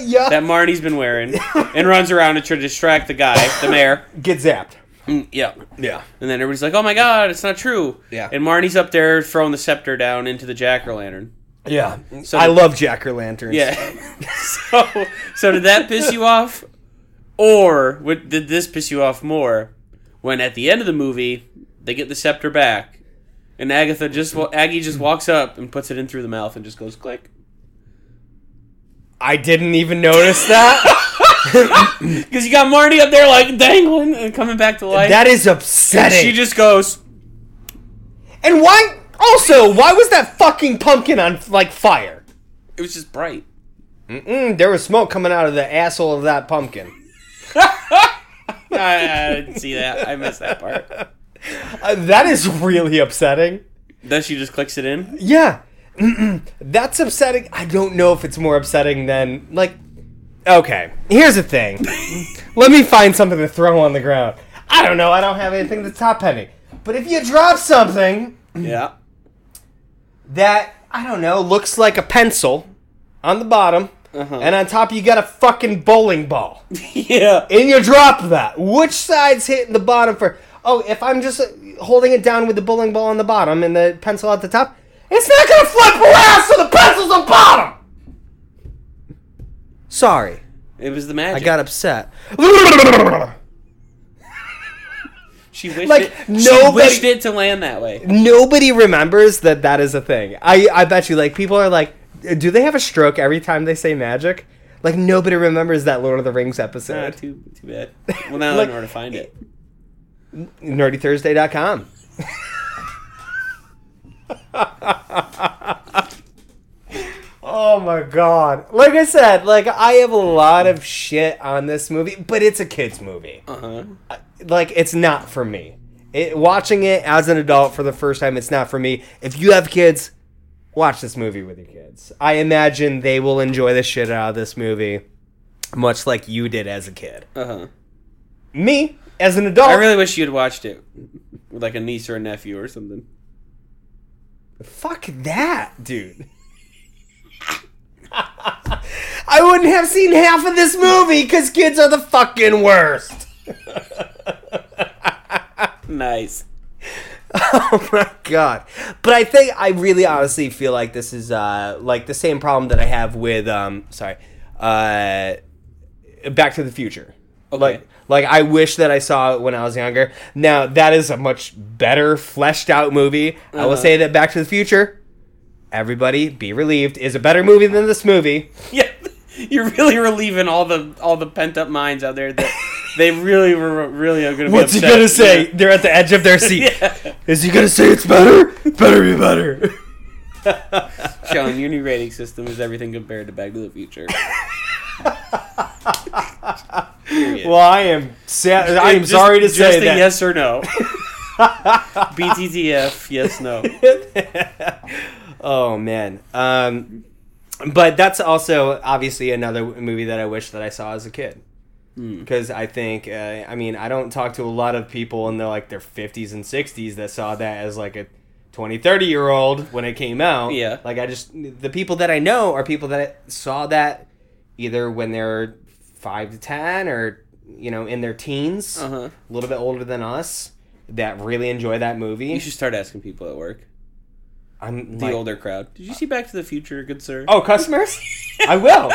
B: yeah.
A: that Marty's been wearing and runs around to try to distract the guy, the mayor.
B: Get zapped.
A: Mm, yeah.
B: Yeah.
A: And then everybody's like, "Oh my god, it's not true."
B: Yeah.
A: And Marty's up there throwing the scepter down into the jack o' lantern.
B: Yeah.
A: So
B: I love jack o' lanterns.
A: Yeah. so so did that piss you off? Or would, did this piss you off more when at the end of the movie they get the scepter back and Agatha just wa- Aggie just walks up and puts it in through the mouth and just goes click.
B: I didn't even notice that.
A: Because you got Marty up there like dangling and coming back to life.
B: that is
A: and
B: upsetting.
A: she just goes.
B: and why? Also, why was that fucking pumpkin on like fire?
A: It was just bright.
B: Mm, there was smoke coming out of the asshole of that pumpkin.
A: I, I didn't see that. I missed that part.
B: Uh, that is really upsetting.
A: Then she just clicks it in.
B: Yeah. Mm-mm. That's upsetting. I don't know if it's more upsetting than like Okay, here's the thing. Let me find something to throw on the ground. I don't know. I don't have anything that's top penny. But if you drop something
A: Yeah.
B: that I don't know looks like a pencil on the bottom, and on top you got a fucking bowling ball,
A: Yeah.
B: and you drop that, which side's hitting the bottom for? Oh, if I'm just uh, holding it down with the bowling ball on the bottom and the pencil at the top, it's not gonna flip around, so the pencil's on bottom.
E: Sorry,
A: It was the
E: I
A: magic.
E: got upset.
A: she wished
B: like,
A: it. She
B: nobody-
A: wished it to land that way.
B: Nobody remembers that that is a thing. I I bet you like people are like, do they have a stroke every time they say magic? Like nobody remembers that Lord of the Rings
A: Ah,
B: episode.
A: too too bad. Well, now I
B: Like-
A: know where to find it.
B: NerdyThursday.com. oh my god. Like I said, like I have a lot of shit on this movie, but it's a kids movie.
A: Uh huh.
B: Like it's not for me. It, watching it as an adult for the first time, it's not for me. If you have kids, watch this movie with your kids. I imagine they will enjoy the shit out of this movie, much like you did as a kid.
A: Uh huh.
B: Me, as an adult,
A: I really wish you had watched it with like a niece or a nephew or something.
B: Fuck that, dude. I wouldn't have seen half of this movie because kids are the fucking worst.
A: Nice.
B: Oh my god! But I think I really honestly feel like this is uh, like the same problem that I have with um, sorry, uh, Back to the Future.
A: Okay.
B: Like, like I wish that I saw it when I was younger. Now that is a much better fleshed out movie. I will
A: Uh-huh.
B: say that Back to the Future, everybody be relieved, is a better movie than this movie.
A: Yeah, you're really relieving all the all the pent up minds out there that they really were really are gonna. Be
B: What's he
A: upset.
B: gonna say? They're at the edge of their seat.
A: Yeah.
B: Is he gonna say it's better? It better be better.
A: Sean, your new rating system is everything compared to Back to the Future. Period.
B: Well, I am sad. I am
A: Just-
B: sorry to
A: just
B: say
A: a
B: that.
A: yes or no. BTTF, yes, no.
B: oh man. Um, but that's also obviously another movie that I wish that I saw as a kid.
A: Hmm.
B: Because I think, uh, I mean, I don't talk to a lot of people in their like their fifties and sixties that saw that as like a 20, 30 year old when it came out.
A: Yeah.
B: Like I just the people that I know are people that saw that either when they're five to ten or you know in their teens,
A: Uh-huh.
B: a little bit older than us, that really enjoy that movie.
A: You should start asking people at work.
B: I'm
A: The
B: like, uh,
A: older crowd. Did you see Back to the Future, good sir?
B: Oh, customers? I will.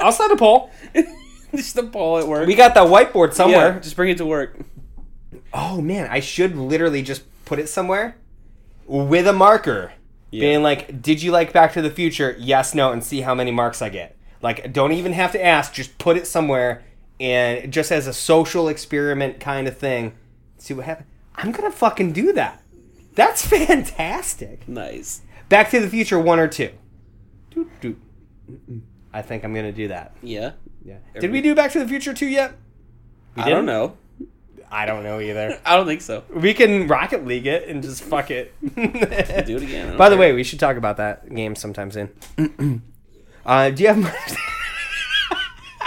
B: I'll start a poll.
A: just the poll at work.
B: We got that whiteboard
A: Yeah,
B: somewhere.
A: just bring it to work.
B: Oh man, I should literally just put it somewhere with a marker,
A: Yeah.
B: being like, "Did you like Back to the Future? Yes, no," and see how many marks I get. Like, don't even have to ask. Just put it somewhere, and just as a social experiment kind of thing, see what happens. I'm gonna fucking do that. That's fantastic.
A: Nice.
B: Back to the Future one or two. Doot, doot. I think I'm gonna do that.
A: Yeah.
B: Yeah. Did we do Back to the Future 2 yet?
A: I don't know.
B: I don't know either.
A: I don't think so.
B: we can Rocket League it and just fuck it.
A: Do it again. I don't
B: By the
A: care.
B: way, we should talk about that game sometime soon. uh, do you have?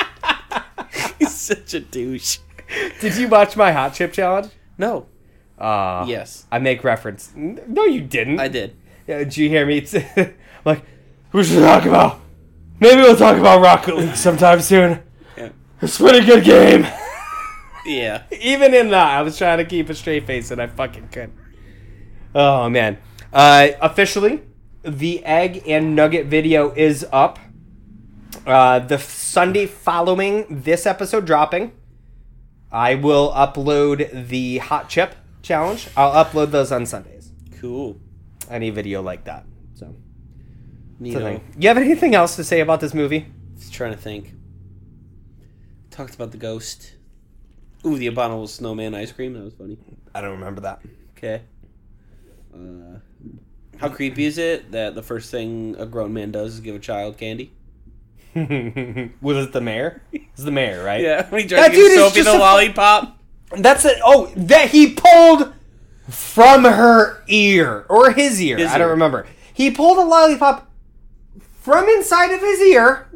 A: he's such a douche.
B: Did you watch my hot chip challenge?
A: No.
B: Uh,
A: Yes,
B: I make reference. N- No, you didn't.
A: I did.
B: Yeah, did you hear me? It's like, we should talk about. Maybe we'll talk about Rocket League sometime soon.
A: Yeah.
B: It's a pretty good game.
A: Yeah.
B: Even in that, I was trying to keep a straight face and I fucking couldn't. Oh man. Uh, officially, the egg and nugget video is up. Uh, the f- Sunday following this episode dropping, I will upload the hot chip challenge. I'll upload those on Sundays.
A: Cool.
B: Any video like that. So,
A: You
B: it's a
A: know,
B: thing. You have anything else to say about this movie?
A: just trying to think. Talked about the ghost. Ooh, the abominable snowman ice cream. That was funny.
B: I don't remember that.
A: Okay. Uh, how creepy is it that the first thing a grown man does is give a child candy?
B: Was it the mayor? It's the mayor, right?
A: Yeah, when he tries
B: That
A: to give
B: dude is
A: Sophie
B: just
A: the
B: a-
A: lollipop.
B: That's it. Oh, that he pulled from her ear or his ear.
A: His
B: I don't
A: ear.
B: remember. He pulled a lollipop from inside of his ear.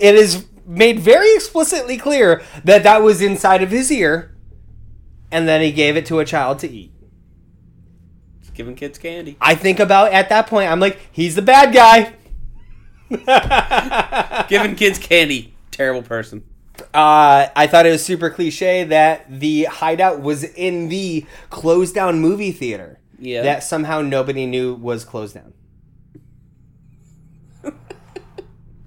B: It is made very explicitly clear that that was inside of his ear, and then he gave it to a child to eat.
A: Giving kids candy.
B: I think about at that point. I'm like, he's the bad guy.
A: Giving kids candy. Terrible person.
B: Uh, I thought it was super cliche that the hideout was in the closed down movie theater.
A: Yeah.
B: That somehow nobody knew was closed down.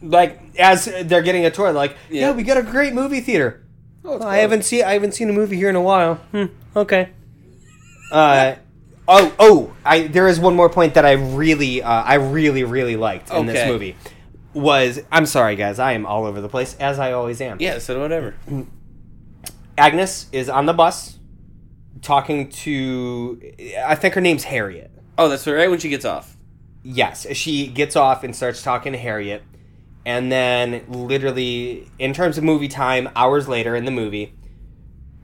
B: like as they're getting a tour, like yeah,
A: Yeah.
B: we got a great movie theater.
A: Oh,
B: I haven't seen I haven't seen a movie here in a while. Hmm. Okay. Uh, oh oh, I there is one more point that I really uh, I really really liked in this
A: Okay.
B: movie was I'm sorry guys I am all over the place as I always am.
A: Yeah, so whatever.
B: Agnes is on the bus talking to I think her name's Harriet.
A: Oh, that's right when she gets off.
B: Yes, she gets off and starts talking to Harriet. And then literally in terms of movie time, hours later in the movie,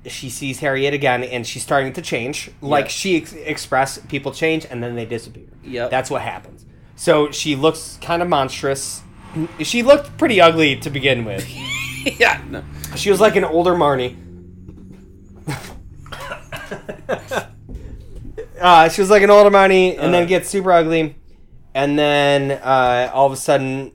B: she sees Harriet again and she's starting to change. Like
A: Yeah.
B: she ex- expressed people change and then they disappear.
A: Yep.
B: That's what happens. So she looks kind of monstrous. She looked pretty ugly to begin with.
A: yeah, no.
B: She was like an older Marnie. uh, she was like an older Marnie, and
A: Uh.
B: then gets super ugly, and then uh, all of a sudden,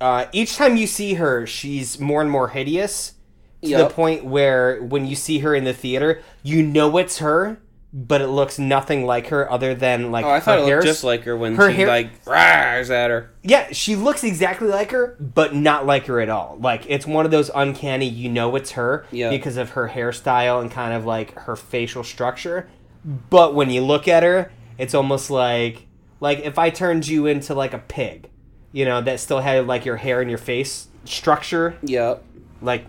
B: uh, each time you see her, she's more and more hideous to
A: Yep.
B: the point where when you see her in the theater, you know it's her, but it looks nothing like her other than like
A: Oh, I thought
B: her
A: it looked
B: hair's-
A: just like her when
B: her
A: she
B: hair-
A: like roars at her.
B: yeah, she looks exactly like her, but not like her at all. Like it's one of those uncanny, you know, it's her
A: Yeah.
B: because of her hairstyle and kind of like her facial structure. But when you look at her, it's almost like like if I turned you into like a pig, you know, that still had like your hair and your face structure.
A: Yep.
B: Like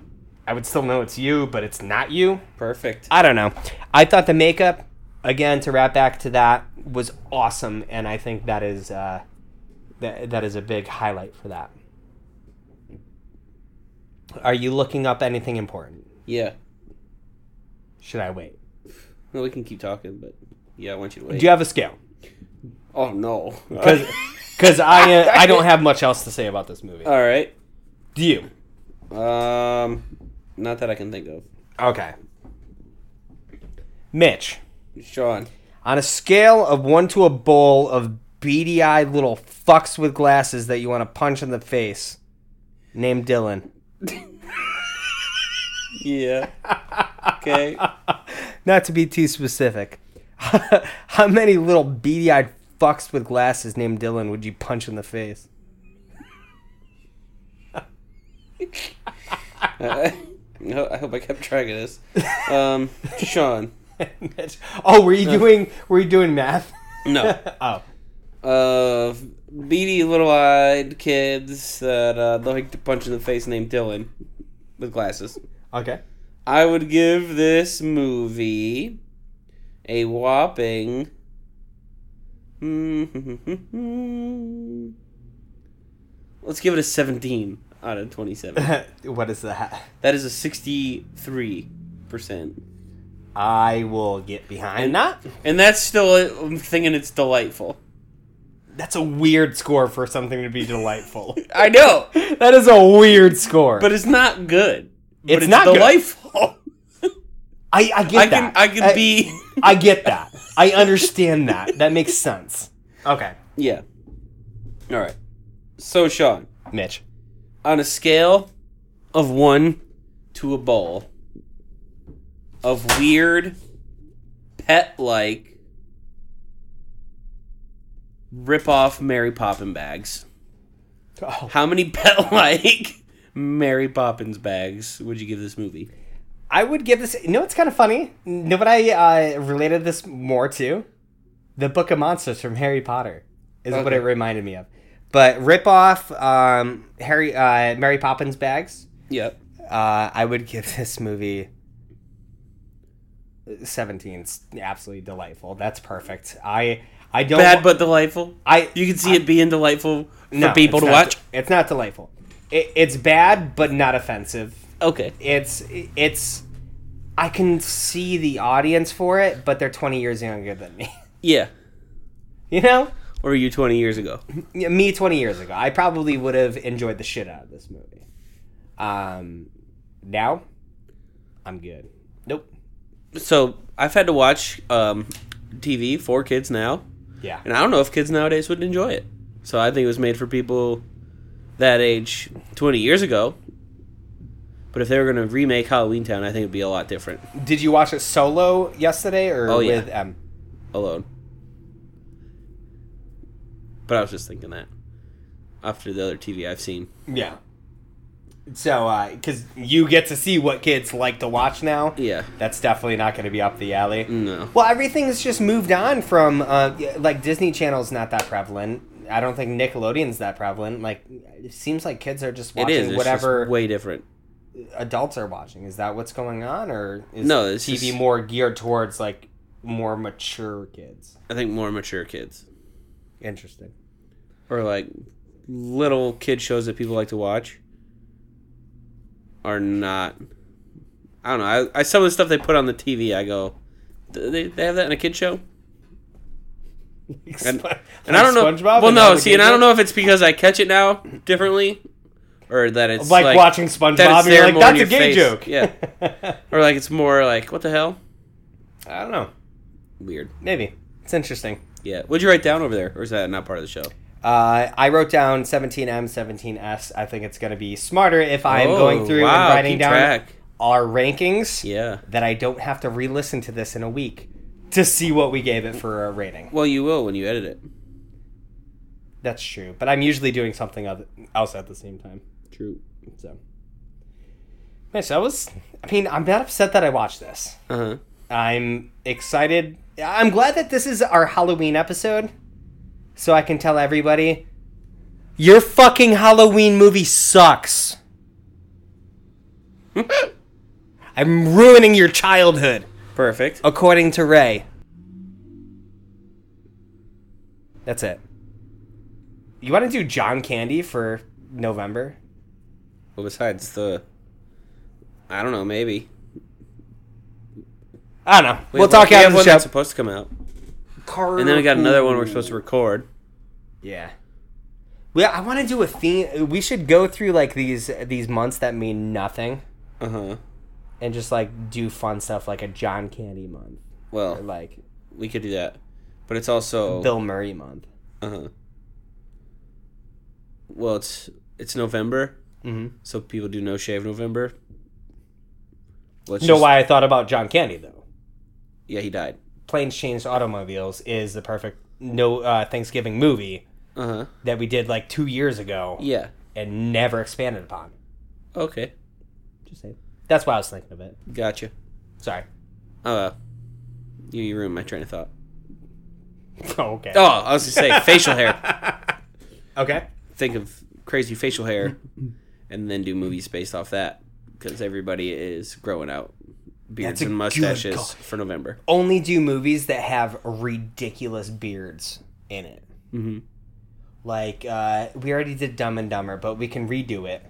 B: I would still know it's you, but it's not you.
A: Perfect.
B: I don't know. I thought the makeup, again, to wrap back to that, was awesome, and I think that is uh, that that is a big highlight for that. Are you looking up anything important?
A: yeah.
B: Should I wait?
A: Well, we can keep talking, but yeah, I want you to wait.
B: Do you have a scale?
A: oh no.
B: Because I uh, I don't have much else to say about this movie.
A: All right.
B: Do you?
A: Um, not that I can think of.
B: Okay. Mitch,
A: Sean.
B: on a scale of one to a bowl of beady-eyed little fucks with glasses that you want to punch in the face, name Dylan.
A: Yeah. Okay. Uh,
B: not to be too specific, how many little beady eyed fucks with glasses named Dylan would you punch in the face?
A: Uh, no, I hope I kept track of this. Um, Sean.
B: oh, were you doing were you doing math?
A: No.
B: Oh.
A: Uh, beady little-eyed kids that uh, like to punch in the face named Dylan with glasses.
B: Okay.
A: I would give this movie a whopping. Let's give it a 17 out of 27.
B: what is that?
A: that is a 63%.
B: I will get behind that.
A: And that's still, I'm thinking it's delightful.
B: That's a weird score for something to be delightful.
A: I know,
B: that is a weird score.
A: but it's not good. But
B: It's not good.
A: delightful.
B: I, I get
A: I can
B: that.
A: I can be
B: I get that. I understand that. That makes sense. Okay.
A: yeah. All right. So Sean,
B: Mitch.
A: on a scale of one to a bowl of weird pet like rip off Mary Poppin bags.
B: Oh.
A: How many pet like Mary Poppins bags would you give this movie?
B: I would give this. You know, it's kind of funny. You know what I uh, related this more to? The Book of Monsters from Harry Potter is what
A: Okay.
B: it reminded me of. But rip off um, Harry uh, Mary Poppins bags.
A: Yep.
B: Uh, I would give this movie. 17's absolutely delightful. That's perfect. I I don't
A: Bad but delightful.
B: Oh, I
A: You can see it being delightful for
B: no,
A: people
B: it's
A: to
B: not
A: watch.
B: de- it's not delightful. It, it's bad but not offensive.
A: Okay.
B: it's it's I can see the audience for it, but they're 20 years younger than me.
A: Yeah.
B: You know?
A: Or you 20 years ago.
B: Yeah, Me 20 years ago, I probably would have enjoyed the shit out of this movie. Um now I'm good. Nope.
A: So I've had to watch um, TV for kids now,
B: Yeah.
A: and I don't know if kids nowadays would enjoy it. So I think it was made for people that age 20 years ago. But if they were going to remake Halloween Town, I think it'd be a lot different
B: Did you watch it solo yesterday or
A: Oh, yeah.
B: with um
A: alone. But I was just thinking that after the other TV I've seen.
B: yeah. So uh cuz you get to see what kids like to watch now.
A: Yeah.
B: That's definitely not going to be up the alley.
A: No.
B: Well, everything's just moved on from uh, y- like Disney Channel's not that prevalent. I don't think Nickelodeon's that prevalent. Like, it seems like kids are just
A: It
B: watching
A: is. It's
B: whatever
A: just way different.
B: adults are watching. Is that what's going on, or is
A: No, it's
B: TV
A: just-
B: more geared towards like more mature kids?
A: I think more mature kids.
B: Interesting.
A: or like little kid shows that people like to watch are not. I don't know. I, I some of the stuff they put on the TV, I go, "Th- they, they have that in a kid show, and, and I don't know.
B: SpongeBob
A: well,
B: and
A: no,
B: all the
A: see, and
B: kids
A: I
B: are-
A: don't know if it's because I catch it now differently, or that it's
B: Like, watching SpongeBob,
A: it's
B: and you're
A: there
B: like,
A: more in
B: that's a
A: your
B: gay
A: face."
B: joke.
A: Yeah. or like it's more like what the hell,
B: I don't know.
A: weird.
B: Maybe it's interesting.
A: Yeah, what'd you write down over there, or is that not part of the show?
B: Uh, I wrote down 17M, 17S. I think it's going to be smarter if I am
A: Oh,
B: going through
A: wow,
B: and writing
A: keep
B: down
A: track.
B: our rankings
A: Yeah.
B: that I don't have to re listen to this in a week to see what we gave it for a rating.
A: Well, you will when you edit it.
B: That's true, but I'm usually doing something other- else at the same time.
A: True.
B: So, man, so I was, I mean, I'm not upset that I watched this.
A: Uh huh.
B: I'm excited. I'm glad that this is our Halloween episode, so I can tell everybody your fucking Halloween movie sucks. I'm ruining your childhood,
A: Perfect.
B: according to Ray. That's it. You want to do John Candy for November?
A: Well, besides the, I don't know, maybe
B: I don't know. We will
A: have-
B: talk
A: we
B: after
A: have
B: the
A: one
B: show.
A: that's supposed to come out, and then we got another one we're supposed to record.
B: Yeah. Well, I want to do a theme. We should go through like these these months that mean nothing,
A: Uh huh.
B: and just like do fun stuff like a John Candy month, or,
A: Well,
B: like
A: we could do that, but it's also
B: Bill Murray month.
A: uh huh. Well, it's it's November,
B: Mhm.
A: so people do no shave November. Let's
B: You know why I thought about John Candy though?
A: Yeah, he died.
B: Planes, Chains, Automobiles is the perfect no uh, Thanksgiving movie
A: Uh huh.
B: that we did like two years ago
A: Yeah.
B: and never expanded upon.
A: Okay.
B: Just saying. That's why I was thinking of it.
A: Gotcha.
B: Sorry.
A: Uh, you, you ruined my train of thought.
B: Oh, okay.
A: Oh, I was gonna say facial hair.
B: Okay.
A: Think of crazy facial hair, and then do movies based off that because everybody is growing out beards
B: That's a
A: and
B: good
A: mustaches
B: call.
A: for November.
B: Only do movies that have ridiculous beards in it.
A: Mm-hmm.
B: Like uh, we already did Dumb and Dumber, but we can redo it.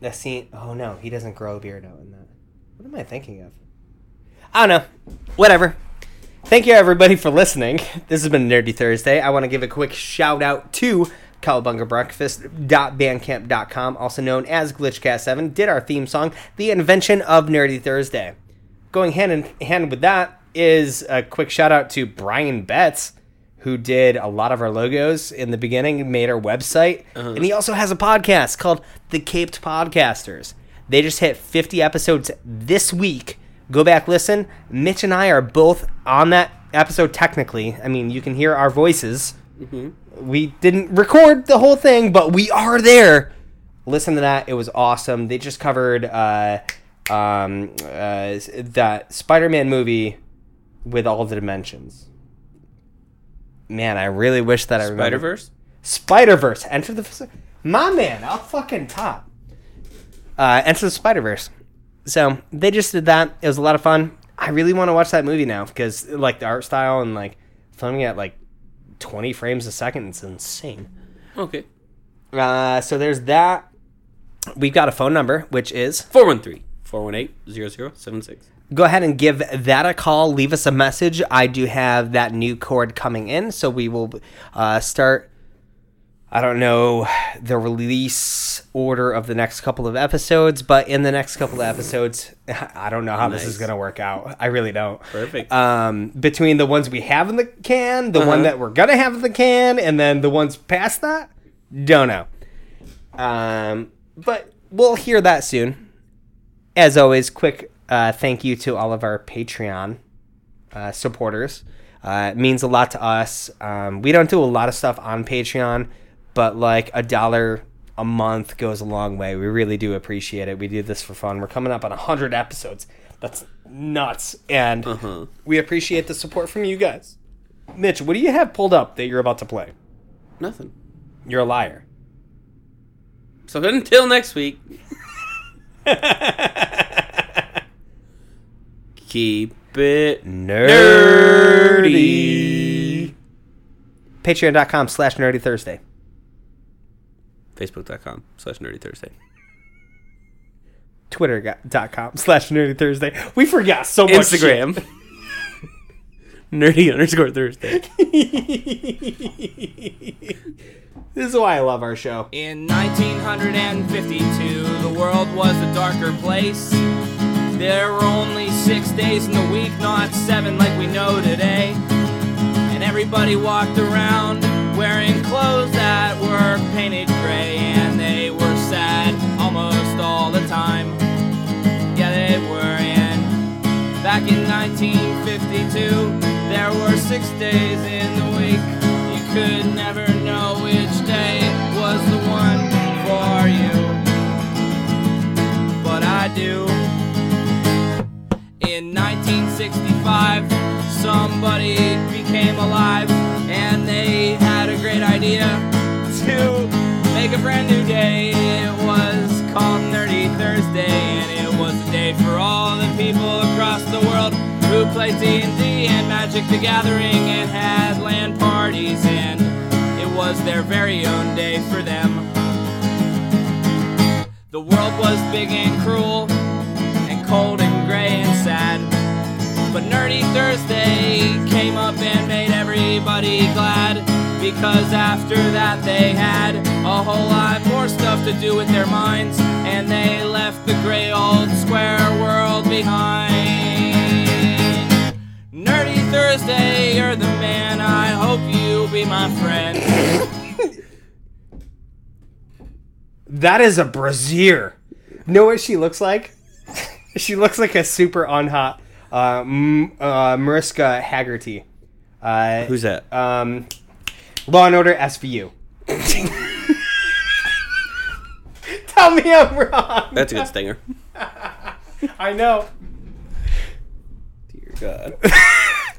B: That scene. Oh no, he doesn't grow a beard out in that. What am I thinking of? I don't know. Whatever. Thank you everybody for listening. This has been Nerdy Thursday. I want to give a quick shout out to calabungabreakfast.bandcamp.com, also known as Glitchcast7, did our theme song, The Invention of Nerdy Thursday. Going hand in hand with that is a quick shout out to Brian Betts, who did a lot of our logos in the beginning, made our website, and he also has a podcast called The Caped Podcasters. They just hit 50 episodes this week. Go back, listen. Mitch and I are both on that episode technically. I mean, you can hear our voices. We didn't record the whole thing, but we are there. Listen to that. It was awesome. They just covered uh, um, uh, that Spider-Man movie with all the dimensions. Man, I really wish that I remember.
A: Spider Verse.
B: Spider Verse. Enter the. Fis- My man, I'll fucking top. Uh, Enter the Spider Verse. So they just did that. It was a lot of fun. I really want to watch that movie now because like the art style and like filming at like 20 frames a second is insane.
A: Okay.
B: Uh, so there's that. We've got a phone number, which is
A: 413 418 0076.
B: go ahead and give that a call. Leave us a message. I do have that new chord coming in, so we will uh, start. I don't know the release order of the next couple of episodes, but in the next couple of episodes, I don't know how this is
A: Nice.
B: going to work out. I really don't.
A: Perfect.
B: Um, between the ones we have in the can, the one
A: Uh-huh.
B: that we're going to have in the can, and then the ones past that, don't know. Um, but we'll hear that soon. As always, quick uh, thank you to all of our Patreon uh, supporters. Uh, it means a lot to us. Um, we don't do a lot of stuff on Patreon, but like a dollar a month goes a long way. We really do appreciate it. We do this for fun. We're coming up on 100 episodes. That's nuts. And
A: Uh-huh.
B: we appreciate the support from you guys. Mitch, what do you have pulled up that you're about to play?
A: Nothing.
B: You're a liar.
A: So until next week, keep it nerdy.
B: Patreon.com slash nerdy Thursday.
A: Facebook.com slash nerdy Thursday.
B: Twitter.com slash nerdy Thursday. We forgot so
A: Oh,
B: much.
A: Instagram. nerdy underscore Thursday.
B: This is why I love our show.
C: In 1952, the world was a darker place. There were only six days in the week, not seven like we know today. And everybody walked around wearing clothes that were painted gray, and they were sad almost all the time. Yeah, they were, and back in 1952, there were six days in the week. You could never know which day was the one for you. But I do. In 1965, somebody became alive and they had a great idea to make a brand new day. It was called Nerdy Thursday and it was a day for all the people across the world who played D&D and Magic the Gathering and had LAN parties and it was their very own day for them. The world was big and cruel and cold and gray and sad. But Nerdy Thursday came up and made everybody glad because after that they had a whole lot more stuff to do with their minds and they left the gray old square world behind. Nerdy Thursday, you're the man. I hope you be my friend.
B: That is a brazier. Know what she looks like? she looks like a super unhot uh, M- uh, Mariska Haggerty. Uh,
A: Who's that?
B: um, Law and Order SVU. Tell me I'm wrong.
A: That's a good stinger.
B: I know.
A: Dear God.